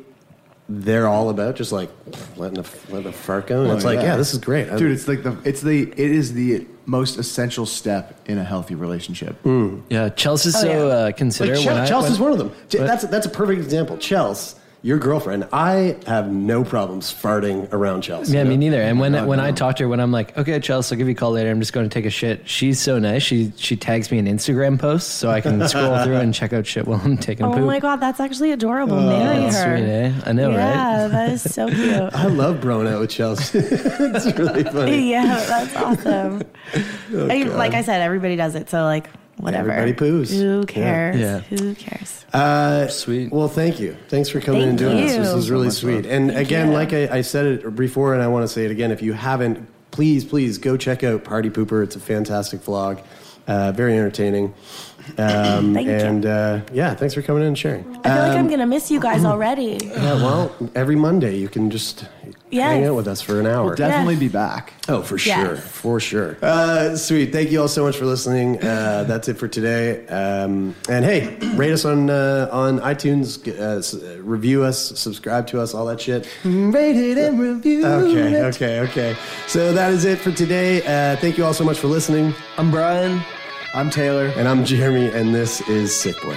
they're all about just like letting the letting the fart go, and it's like yeah. this is great, I- Oh, dude. It's like the it's the it is the most essential step in a healthy relationship. Mm. Yeah, Chelsea's Oh, so yeah. uh, considerate. Like, when I- Chel- Chelsea's when- one of them. Ch- That's that's a perfect example. Chels, your girlfriend. I have no problems farting around Chels. Yeah, me neither. And when God, when no. I talk to her, when I'm like, okay, Chelsea, I'll give you a call later. I'm just going to take a shit. She's so nice. She she tags me in Instagram posts so I can scroll through and check out shit while I'm taking a Oh poop. my god, that's actually adorable. Oh, Marry That's her. sweet, eh? I know, right? Yeah, that is so cute. I love broing out with Chels. it's really funny. yeah, that's awesome. Oh, I- God. like I said, everybody does it, so like whatever. Everybody poos. Who Yeah. cares? Yeah. Who cares? Uh, sweet. Well, thank you. Thanks for coming Thank and doing this. you. This was really So much sweet. fun. And Thank again, you. like I, I said it before, and I want to say it again. If you haven't, please, please go check out Party Pooper. It's a fantastic vlog. Uh, very entertaining. Um, Thank you. and uh, yeah, thanks for coming in and sharing. I feel like Um, I'm gonna miss you guys already. Yeah, well, every Monday you can just Yes. hang out with us for an hour. We'll definitely be back. Oh, for Yes. sure. For sure. Uh, sweet. Thank you all so much for listening. Uh, that's it for today. Um, and hey, rate us on uh, on iTunes, uh, s- uh, review us, subscribe to us, all that shit. Uh, Rated and reviewed. Okay, okay, okay. So that is it for today. Uh, thank you all so much for listening. I'm Brian. I'm Taylor. And I'm Jeremy, and this is Sick Boy.